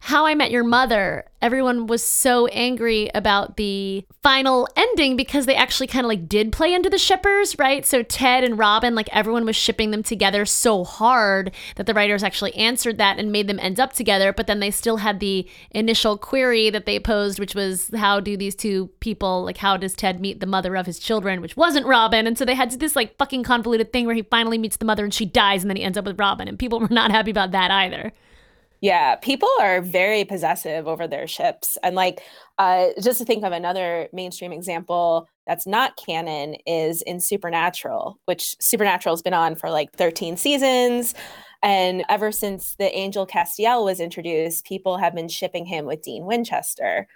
Speaker 3: How I Met Your Mother, everyone was so angry about the final ending because they actually kind of like did play into the shippers, right? So Ted and Robin, like everyone was shipping them together so hard that the writers actually answered that and made them end up together, but then they still had the initial query that they posed, which was how do these two people, like how does Ted meet the mother of his children, which wasn't Robin? And so they had this like fucking convoluted thing where he finally meets the mother and she dies and then he ends up with Robin. And people were not happy about that either.
Speaker 8: yeah people are very possessive over their ships and like uh, just to think of another mainstream example that's not canon is in supernatural which supernatural has been on for like 13 seasons and ever since the angel castiel was introduced people have been shipping him with dean winchester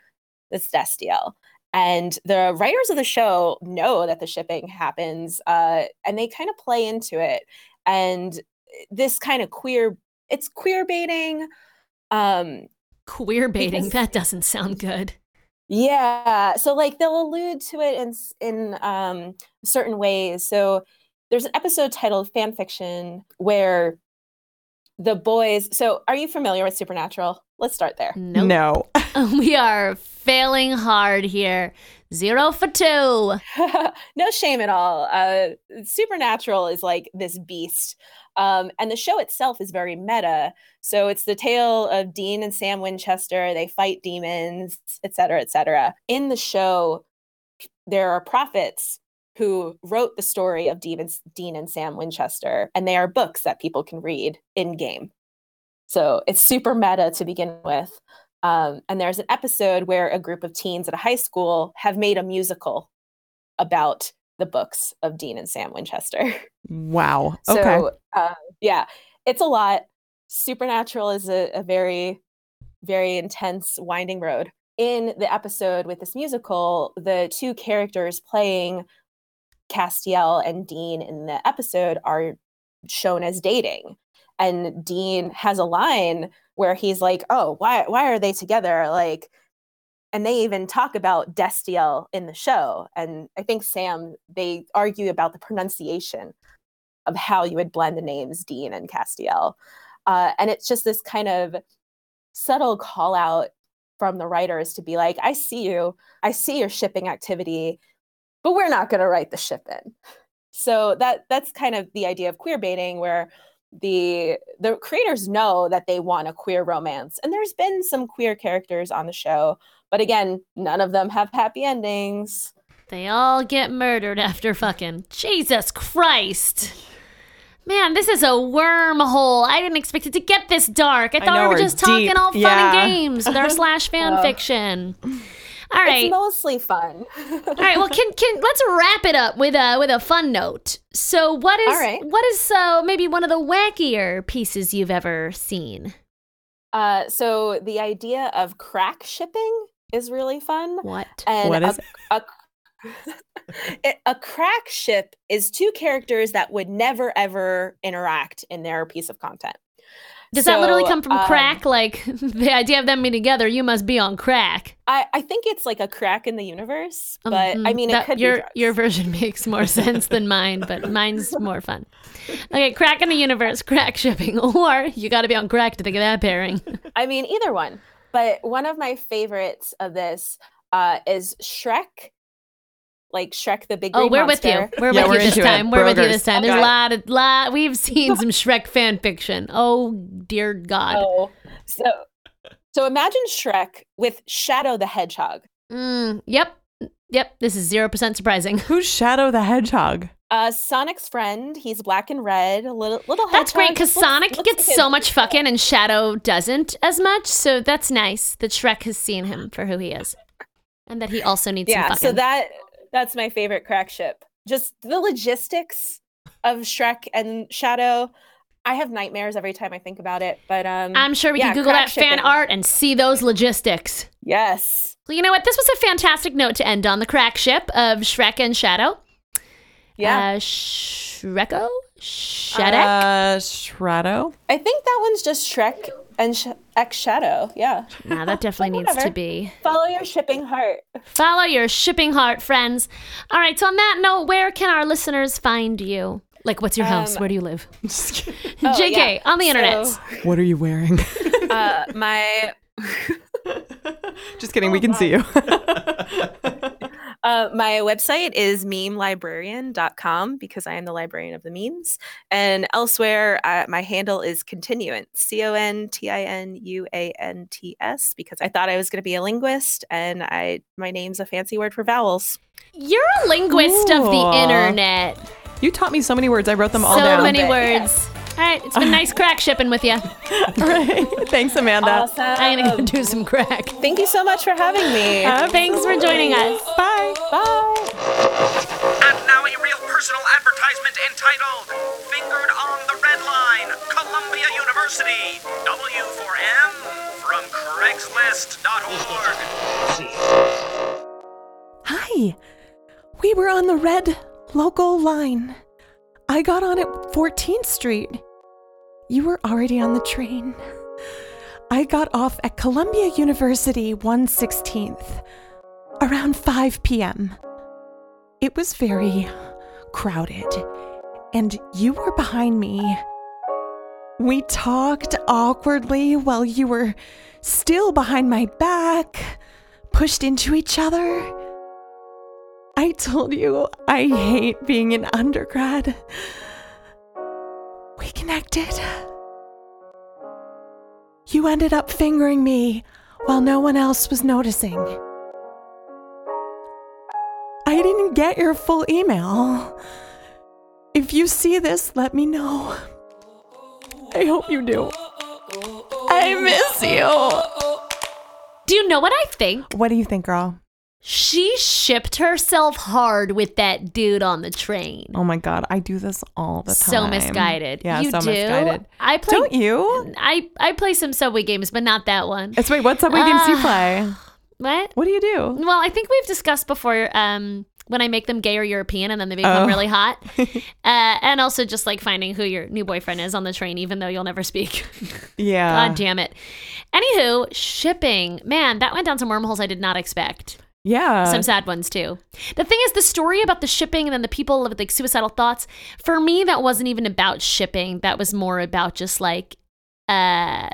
Speaker 8: this Destiel. And the writers of the show know that the shipping happens, uh, and they kind of play into it. And this kind of queer, it's queer baiting. Um,
Speaker 3: Queer baiting.
Speaker 8: Because-
Speaker 3: that doesn't sound good.
Speaker 8: yeah, so like they'll allude to it in s- in um, certain ways. So there's an episode titled "Fan Fiction" where the boys. So, are you familiar with Supernatural? Let's start there.
Speaker 3: Nope.
Speaker 2: No.
Speaker 3: we are failing hard here. Zero for two.
Speaker 8: no shame at all. Uh, Supernatural is like this beast. Um, and the show itself is very meta. So it's the tale of Dean and Sam Winchester. They fight demons, et cetera, et cetera. In the show, there are prophets who wrote the story of Dean and, Dean and Sam Winchester, and they are books that people can read in game. So it's super meta to begin with. Um, and there's an episode where a group of teens at a high school have made a musical about the books of Dean and Sam Winchester.
Speaker 2: Wow.
Speaker 8: So,
Speaker 2: okay.
Speaker 8: uh, yeah, it's a lot. Supernatural is a, a very, very intense, winding road. In the episode with this musical, the two characters playing Castiel and Dean in the episode are shown as dating. And Dean has a line where he's like, "Oh, why why are they together?" Like, and they even talk about Destiel in the show. And I think Sam they argue about the pronunciation of how you would blend the names Dean and Castiel. Uh, and it's just this kind of subtle call out from the writers to be like, I see you, I see your shipping activity, but we're not going to write the ship in. So that that's kind of the idea of queer baiting, where the the creators know that they want a queer romance, and there's been some queer characters on the show, but again, none of them have happy endings.
Speaker 3: They all get murdered after fucking. Jesus Christ. Man, this is a wormhole. I didn't expect it to get this dark. I thought
Speaker 2: know,
Speaker 3: we were
Speaker 2: we're
Speaker 3: just talking
Speaker 2: deep.
Speaker 3: all fun
Speaker 2: Yeah.
Speaker 3: and games with our slash fan fiction. All
Speaker 8: It's
Speaker 3: right.
Speaker 8: mostly fun.
Speaker 3: all right, well, can can let's wrap it up with a with a fun note. So, what is
Speaker 8: All right.
Speaker 3: what is uh, maybe one of the wackier pieces you've ever seen?
Speaker 8: Uh, so the idea of crack shipping is really fun.
Speaker 3: What?
Speaker 8: And
Speaker 2: What
Speaker 8: a,
Speaker 2: is
Speaker 8: a, it- a crack ship is two characters that would never ever interact in their piece of content.
Speaker 3: Does that literally
Speaker 8: So,
Speaker 3: come from
Speaker 8: um,
Speaker 3: crack? Like the idea of them being together, you must be on crack.
Speaker 8: I, I think it's like a crack in the universe,
Speaker 3: Um,
Speaker 8: but I
Speaker 3: mm,
Speaker 8: mean,
Speaker 3: that-
Speaker 8: it could
Speaker 3: your
Speaker 8: be drugs.
Speaker 3: your version makes more sense than mine, but mine's more fun. Okay, crack in the universe, crack shipping, or you got to be on crack to think of that pairing.
Speaker 8: I mean, either one. But one of my favorites of this uh, is Shrek, like Shrek the Big.
Speaker 3: Oh,
Speaker 8: Green
Speaker 3: we're
Speaker 8: Monster.
Speaker 3: with you. We're
Speaker 2: Yeah,
Speaker 3: with
Speaker 2: we're
Speaker 3: you this
Speaker 2: into it.
Speaker 3: time. We're with you
Speaker 2: Brokers.
Speaker 3: this time. There's a
Speaker 8: Okay.
Speaker 3: lot of lot. We've seen some Shrek fan fiction. Oh dear God.
Speaker 8: Oh, so so imagine Shrek with Shadow the Hedgehog.
Speaker 3: Mm, yep, yep. This is zero percent surprising.
Speaker 2: Who's Shadow the Hedgehog?
Speaker 8: Uh, Sonic's friend, he's black and red, a little little.
Speaker 3: That's great
Speaker 8: hedgehog,
Speaker 3: because
Speaker 8: looks-
Speaker 3: Sonic
Speaker 8: looks
Speaker 3: gets
Speaker 8: like
Speaker 3: so
Speaker 8: a-
Speaker 3: much fucking and Shadow doesn't as much. So that's nice that Shrek has seen him for who he is, and that he also needs
Speaker 8: Yeah,
Speaker 3: some fucking.
Speaker 8: so that that's my favorite crack ship. Just the logistics of Shrek and Shadow. I have nightmares every time I think about it. But um,
Speaker 3: I'm sure we can
Speaker 8: yeah,
Speaker 3: Google
Speaker 8: crack
Speaker 3: that fan
Speaker 8: shipping.
Speaker 3: art and see those logistics.
Speaker 8: Yes.
Speaker 3: Well, you know what? This was a fantastic note to end on the crack ship of Shrek and Shadow.
Speaker 8: Yeah.
Speaker 3: Uh, Shreko? Shadek?
Speaker 2: Uh, Shadow.
Speaker 8: I think that one's just Shrek and Sh- X Shadow. Yeah.
Speaker 3: nah, that definitely needs to
Speaker 8: whatever.
Speaker 3: be.
Speaker 8: Follow your shipping heart.
Speaker 3: Follow your shipping heart, friends. All right, so on that note, where can our listeners find you? Like, what's your house? Where do you live? JK,
Speaker 8: Oh, yeah.
Speaker 3: on the internet.
Speaker 8: So,
Speaker 2: What are you wearing?
Speaker 8: uh, my
Speaker 2: Just kidding.
Speaker 3: Oh,
Speaker 2: we can see you.
Speaker 8: Uh, my website is memelibrarian.com because I am the librarian of the memes. And elsewhere, uh, my handle is continuance, C O N T I N U A N T S, because I thought I was going to be a linguist and I my name's a fancy word for vowels.
Speaker 3: You're a linguist of
Speaker 2: Cool.
Speaker 3: the internet.
Speaker 2: You taught me so many words. I wrote them all
Speaker 3: so
Speaker 2: down.
Speaker 3: many
Speaker 8: bit,
Speaker 3: words. All right, it's been nice crack shipping with you.
Speaker 2: Thanks, Amanda.
Speaker 3: I'm gonna go do some crack.
Speaker 8: Thank you so much for having me.
Speaker 3: Thanks for joining us.
Speaker 2: Bye.
Speaker 8: Bye.
Speaker 1: And now a real personal advertisement entitled Fingered on the Red Line, Columbia University, W4M from Craigslist.org.
Speaker 2: Hi. We were on the red local line. I got on at 14th Street. You were already on the train. I got off at Columbia University 116th around 5 p.m. It was very crowded, and you were behind me
Speaker 6: We talked awkwardly while you were still behind my back, pushed into each other. I told you I hate being an undergrad. We connected. You ended up fingering me while no one else was noticing. I didn't get your full email. If you see this, let me know. I hope you do. I miss you.
Speaker 3: Do you know what I think?
Speaker 6: What do you think, girl?
Speaker 3: She shipped herself hard with that dude on the train.
Speaker 6: Oh my god, I do this all the time.
Speaker 3: So misguided.
Speaker 6: Yeah,
Speaker 3: you
Speaker 6: so
Speaker 3: do.
Speaker 6: misguided.
Speaker 3: I play.
Speaker 6: Don't you?
Speaker 3: I I play some subway games, but not that one.
Speaker 6: It's wait, what subway games do
Speaker 3: Ah.
Speaker 6: you play?
Speaker 3: What?
Speaker 6: What do you do?
Speaker 3: Well, I think we've discussed before um, when I make them gay or European and then they become
Speaker 6: Oh.
Speaker 3: really hot. uh, and also just like finding who your new boyfriend is on the train, even though you'll never speak.
Speaker 6: Yeah.
Speaker 3: God damn it. Anywho, shipping. Man, that went down some wormholes I did not expect.
Speaker 6: yeah.
Speaker 3: Some sad ones too. The thing is, the story about the shipping and then the people with like suicidal thoughts, for me, that wasn't even about shipping. That was more about just like, uh,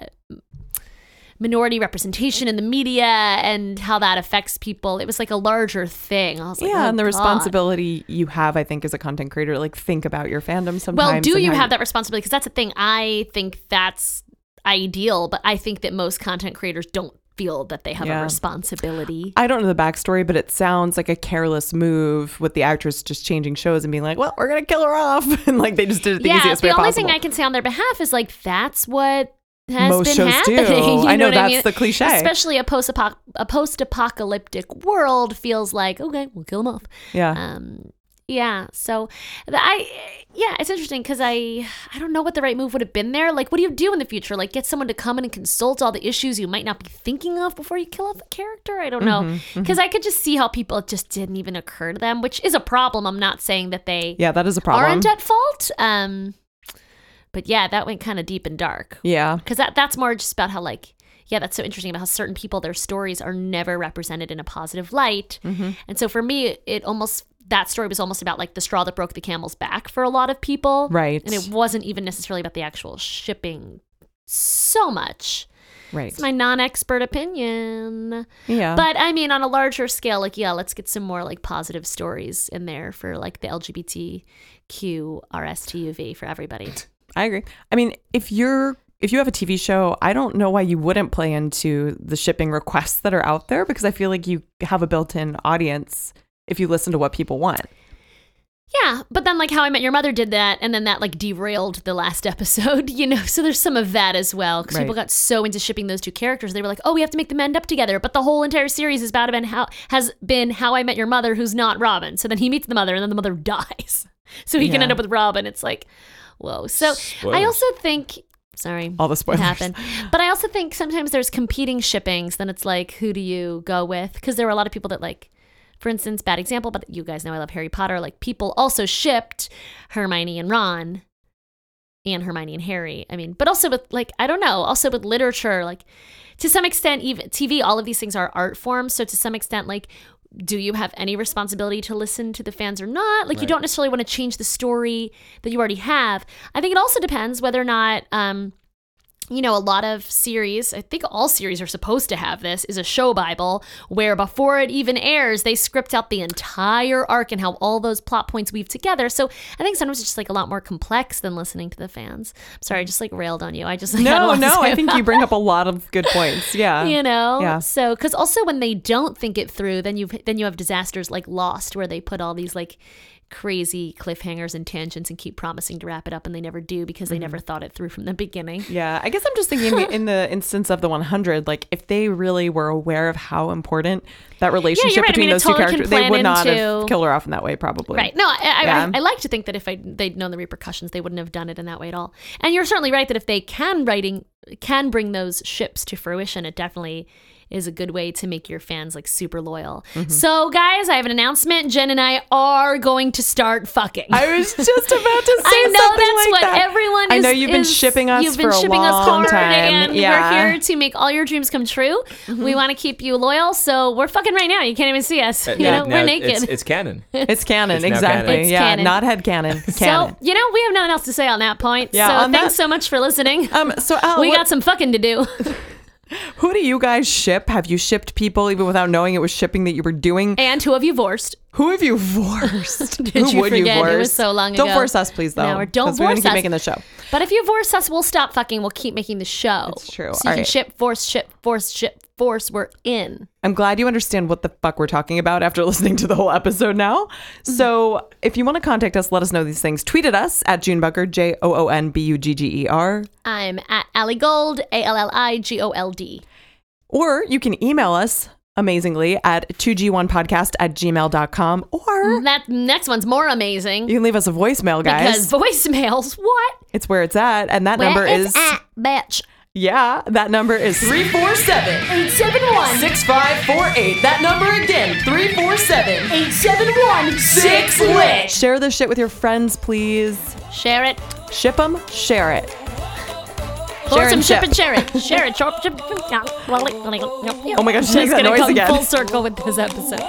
Speaker 3: minority representation in the media and how that affects people. It was like a larger thing. I was like,
Speaker 6: yeah,
Speaker 3: oh,
Speaker 6: and the
Speaker 3: God.
Speaker 6: responsibility you have, I think, as a content creator, like think about your fandom sometimes.
Speaker 3: Well, do
Speaker 6: and
Speaker 3: you
Speaker 6: how
Speaker 3: have that responsibility? Because that's the thing. I think that's ideal, but I think that most content creators don't feel that they have
Speaker 6: Yeah.
Speaker 3: a responsibility.
Speaker 6: I don't know the backstory, but it sounds like a careless move with the actress just changing shows and being like, "Well, we're gonna kill her off," and like they just did it the
Speaker 3: yeah,
Speaker 6: easiest
Speaker 3: the
Speaker 6: way
Speaker 3: only
Speaker 6: possible.
Speaker 3: thing I can say on their behalf is like that's what has
Speaker 6: Most
Speaker 3: been
Speaker 6: shows do.
Speaker 3: happening. You
Speaker 6: I know
Speaker 3: what
Speaker 6: that's
Speaker 3: I mean?
Speaker 6: the cliche.
Speaker 3: especially a post a post apocalyptic world feels like okay, we'll kill them off.
Speaker 6: yeah,
Speaker 3: Um, yeah, so the, I yeah, it's interesting because I I don't know what the right move would have been there. Like, what do you do in the future? Like, get someone to come in and consult all the issues you might not be thinking of before you kill off a character. I don't
Speaker 6: Mm-hmm,
Speaker 3: know because I could just see how people it just didn't even occur to them, which is a problem. I'm not saying that they
Speaker 6: yeah, that is a problem.
Speaker 3: aren't at fault. Um, but yeah, that went kind of deep and dark
Speaker 6: yeah,
Speaker 3: because that that's more just about how like yeah, that's so interesting about how certain people their stories are never represented in a positive light, and so for me, it almost that story was almost about like the straw that broke the camel's back for a lot of people,
Speaker 6: Right.
Speaker 3: And it wasn't even necessarily about the actual shipping so much.
Speaker 6: right.
Speaker 3: It's my non-expert opinion.
Speaker 6: yeah,
Speaker 3: But I mean, on a larger scale, like, yeah, let's get some more like positive stories in there for like the LGBTQ RSTUV for everybody.
Speaker 6: I agree. I mean, if you're if you have a TV show, I don't know why you wouldn't play into the shipping requests that are out there because I feel like you have a built-in audience if you listen to what people want.
Speaker 3: Yeah. But then, like, How I Met Your Mother did that. And then that like derailed the last episode, you know? So there's some of that as well. Because people
Speaker 6: Right.
Speaker 3: got so into shipping those two characters. They were like, oh, we have to make them end up together. But the whole entire series is about been how has been How I Met Your Mother, who's not Robin. So then he meets the mother and then the mother dies. So he can
Speaker 6: Yeah.
Speaker 3: end up with Robin. It's like, whoa. So I
Speaker 4: Spoilers.
Speaker 3: also think, sorry.
Speaker 6: All the spoilers.
Speaker 3: happen. But I also think sometimes there's competing shippings. Then it's like, who do you go with? Because there were a lot of people that like, for instance, bad example, but you guys know I love Harry Potter. Like people also shipped Hermione and Ron, and Hermione and Harry. I mean, but also with like I don't know. Also with literature, like to some extent, even TV. All of these things are art forms. So to some extent, like. Do you have any responsibility to listen to the fans or not? Like, you don't necessarily want to change the story that you already have. I think it also depends whether or not um, you know, a lot of series, I think all series are supposed to have this, is a show Bible where before it even airs, they script out the entire arc and how all those plot points weave together. So I think sometimes it's just like a lot more complex than listening to the fans. I'm sorry, I just like railed on you. I just like, had a
Speaker 6: No,
Speaker 3: lot to
Speaker 6: no,
Speaker 3: say
Speaker 6: I think
Speaker 3: about
Speaker 6: you bring up a lot of good points. Yeah.
Speaker 3: you know
Speaker 6: Um, Yeah.
Speaker 3: so because also when they don't think it through then you then you have disasters like lost where they put all these like crazy cliffhangers and tangents and keep promising to wrap it up and they never do because they never thought it through from the beginning
Speaker 6: Mm-hmm. Yeah, I guess I'm just thinking in the instance of the 100, like if they really were aware of how important that relationship
Speaker 3: right. I
Speaker 6: between
Speaker 3: mean, it
Speaker 6: those
Speaker 3: totally can
Speaker 6: two characters, they
Speaker 3: plan
Speaker 6: would not have
Speaker 3: into-
Speaker 6: killed her off in that way, probably.
Speaker 3: Right. No, I, I,
Speaker 6: Yeah.
Speaker 3: I, I like to think that if I, they'd known the repercussions, they wouldn't have done it in that way at all. And you're certainly right that if they can writing can bring those ships to fruition, it definitely is a good way to make your fans like super loyal.
Speaker 6: Mm-hmm.
Speaker 3: So, guys, I have an announcement. Jen and I are going to start fucking.
Speaker 6: I was just about to say
Speaker 3: I know
Speaker 6: something
Speaker 3: that's
Speaker 6: like
Speaker 3: what
Speaker 6: that.
Speaker 3: everyone.
Speaker 6: I know
Speaker 3: is-
Speaker 6: you've been
Speaker 3: is-
Speaker 6: shipping us
Speaker 3: You've been
Speaker 6: for a
Speaker 3: shipping us
Speaker 6: long
Speaker 3: hard,
Speaker 6: time.
Speaker 3: and
Speaker 6: Yeah. Mm-hmm.
Speaker 3: we're here to make all your dreams come true. We want to keep you loyal, so we're fucking right now. You can't even see us. you know,
Speaker 4: Now
Speaker 3: we're
Speaker 4: Uh, It's,
Speaker 3: naked.
Speaker 4: it's canon.
Speaker 6: It's canon,
Speaker 4: now
Speaker 6: exactly.
Speaker 4: canon.
Speaker 3: It's
Speaker 6: yeah,
Speaker 3: canon.
Speaker 6: not head canon.
Speaker 3: so
Speaker 6: Canon.
Speaker 3: you know, we have nothing else to say on that point.
Speaker 6: Yeah,
Speaker 3: so
Speaker 6: on
Speaker 3: thanks
Speaker 6: that-
Speaker 3: so much for listening.
Speaker 6: um, so Al,
Speaker 3: we
Speaker 6: what-
Speaker 3: got some fucking to do.
Speaker 6: who do you guys ship? Have you shipped people even without knowing it was shipping that you were doing?
Speaker 3: and who have you divorced?
Speaker 6: Who have you forced?
Speaker 3: Did
Speaker 6: who
Speaker 3: you
Speaker 6: would you
Speaker 3: forget? It
Speaker 6: force?
Speaker 3: was so long
Speaker 6: Don't
Speaker 3: ago.
Speaker 6: force us, please, though.
Speaker 3: No, or don't
Speaker 6: 'cause we're gonna
Speaker 3: force
Speaker 6: keep
Speaker 3: us.
Speaker 6: making the show.
Speaker 3: But if you divorce us, we'll stop fucking. We'll keep making the show.
Speaker 6: It's true.
Speaker 3: So you
Speaker 6: All
Speaker 3: can
Speaker 6: right.
Speaker 3: ship, force, ship, force, ship, force. We're in.
Speaker 6: I'm glad you understand what the fuck we're talking about after listening to the whole episode now.
Speaker 3: Mm-hmm.
Speaker 6: So if you want to contact us, let us know these things. Tweet at us at Junebucker, J O O N B U G G E R.
Speaker 3: I'm at Allie Gold, A L L I G O L D.
Speaker 6: Or you can email us amazingly at 2g1podcast at gmail.com. Or
Speaker 3: That next one's more amazing
Speaker 6: you can leave us a voicemail, guys.
Speaker 3: because voicemails. What?
Speaker 6: it's where it's at. And that
Speaker 3: Where
Speaker 6: number
Speaker 3: it's
Speaker 6: is,
Speaker 3: at bitch.
Speaker 6: yeah, that number is 347 6548. That number again, 347
Speaker 2: Six
Speaker 6: Share this shit with your friends, please.
Speaker 3: Share it.
Speaker 6: Ship them, share it.
Speaker 3: Pour
Speaker 6: and
Speaker 3: some ship
Speaker 6: ship.
Speaker 3: and share it. Share it. Shop, ship. Oh
Speaker 6: Oh my gosh,
Speaker 3: She's
Speaker 6: make that
Speaker 3: gonna
Speaker 6: noise
Speaker 3: come
Speaker 6: again.
Speaker 3: full circle with this episode.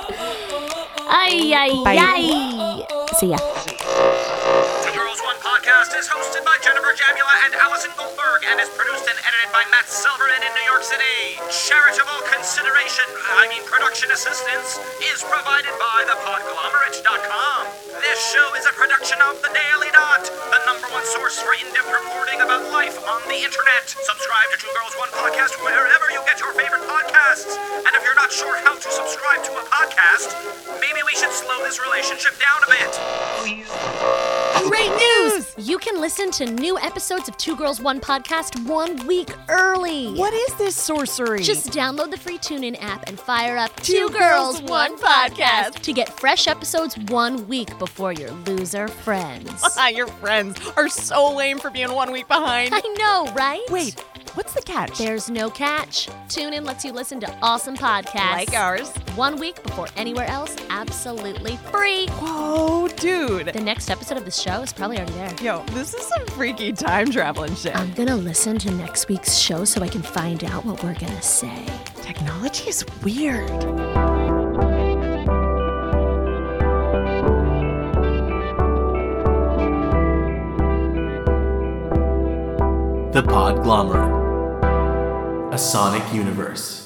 Speaker 3: Ay ay
Speaker 6: Bye.
Speaker 3: ay. See ya.
Speaker 1: The Girls One podcast is hosted by Jennifer Jamula and Allison Goldberg and is produced and edited by Matt Silverman in New York City. Charitable consideration, I mean production assistance, is provided by thepodglomerate.com. This show is a production of The Daily Dot, the number one source for in-depth reporting about life on the internet. Subscribe to Two Girls One Podcast wherever you get your favorite podcasts. And if you're not sure how to subscribe to a podcast, maybe we should slow this relationship down a bit.
Speaker 2: Oh,
Speaker 3: Great news! You can listen to new episodes of Two Girls One Podcast one week early.
Speaker 2: What is this sorcery?
Speaker 3: Just download the free TuneIn app and fire up Two, Girls, One Podcast to get fresh episodes one week before your loser friends.
Speaker 2: your friends are so lame for being one week behind.
Speaker 3: I know, right?
Speaker 2: Wait, what's the catch?
Speaker 3: There's no catch. TuneIn lets you listen to awesome podcasts.
Speaker 2: like ours.
Speaker 3: One week before anywhere else, absolutely free.
Speaker 9: Oh, dude.
Speaker 3: The next episode of the show is probably already there.
Speaker 9: Yo, this is some freaky time traveling shit.
Speaker 2: Um,
Speaker 3: I'm gonna listen to next week's show so I can find out what we're gonna say.
Speaker 2: Technology is weird.
Speaker 10: The Podglomerate. A Sonic Universe.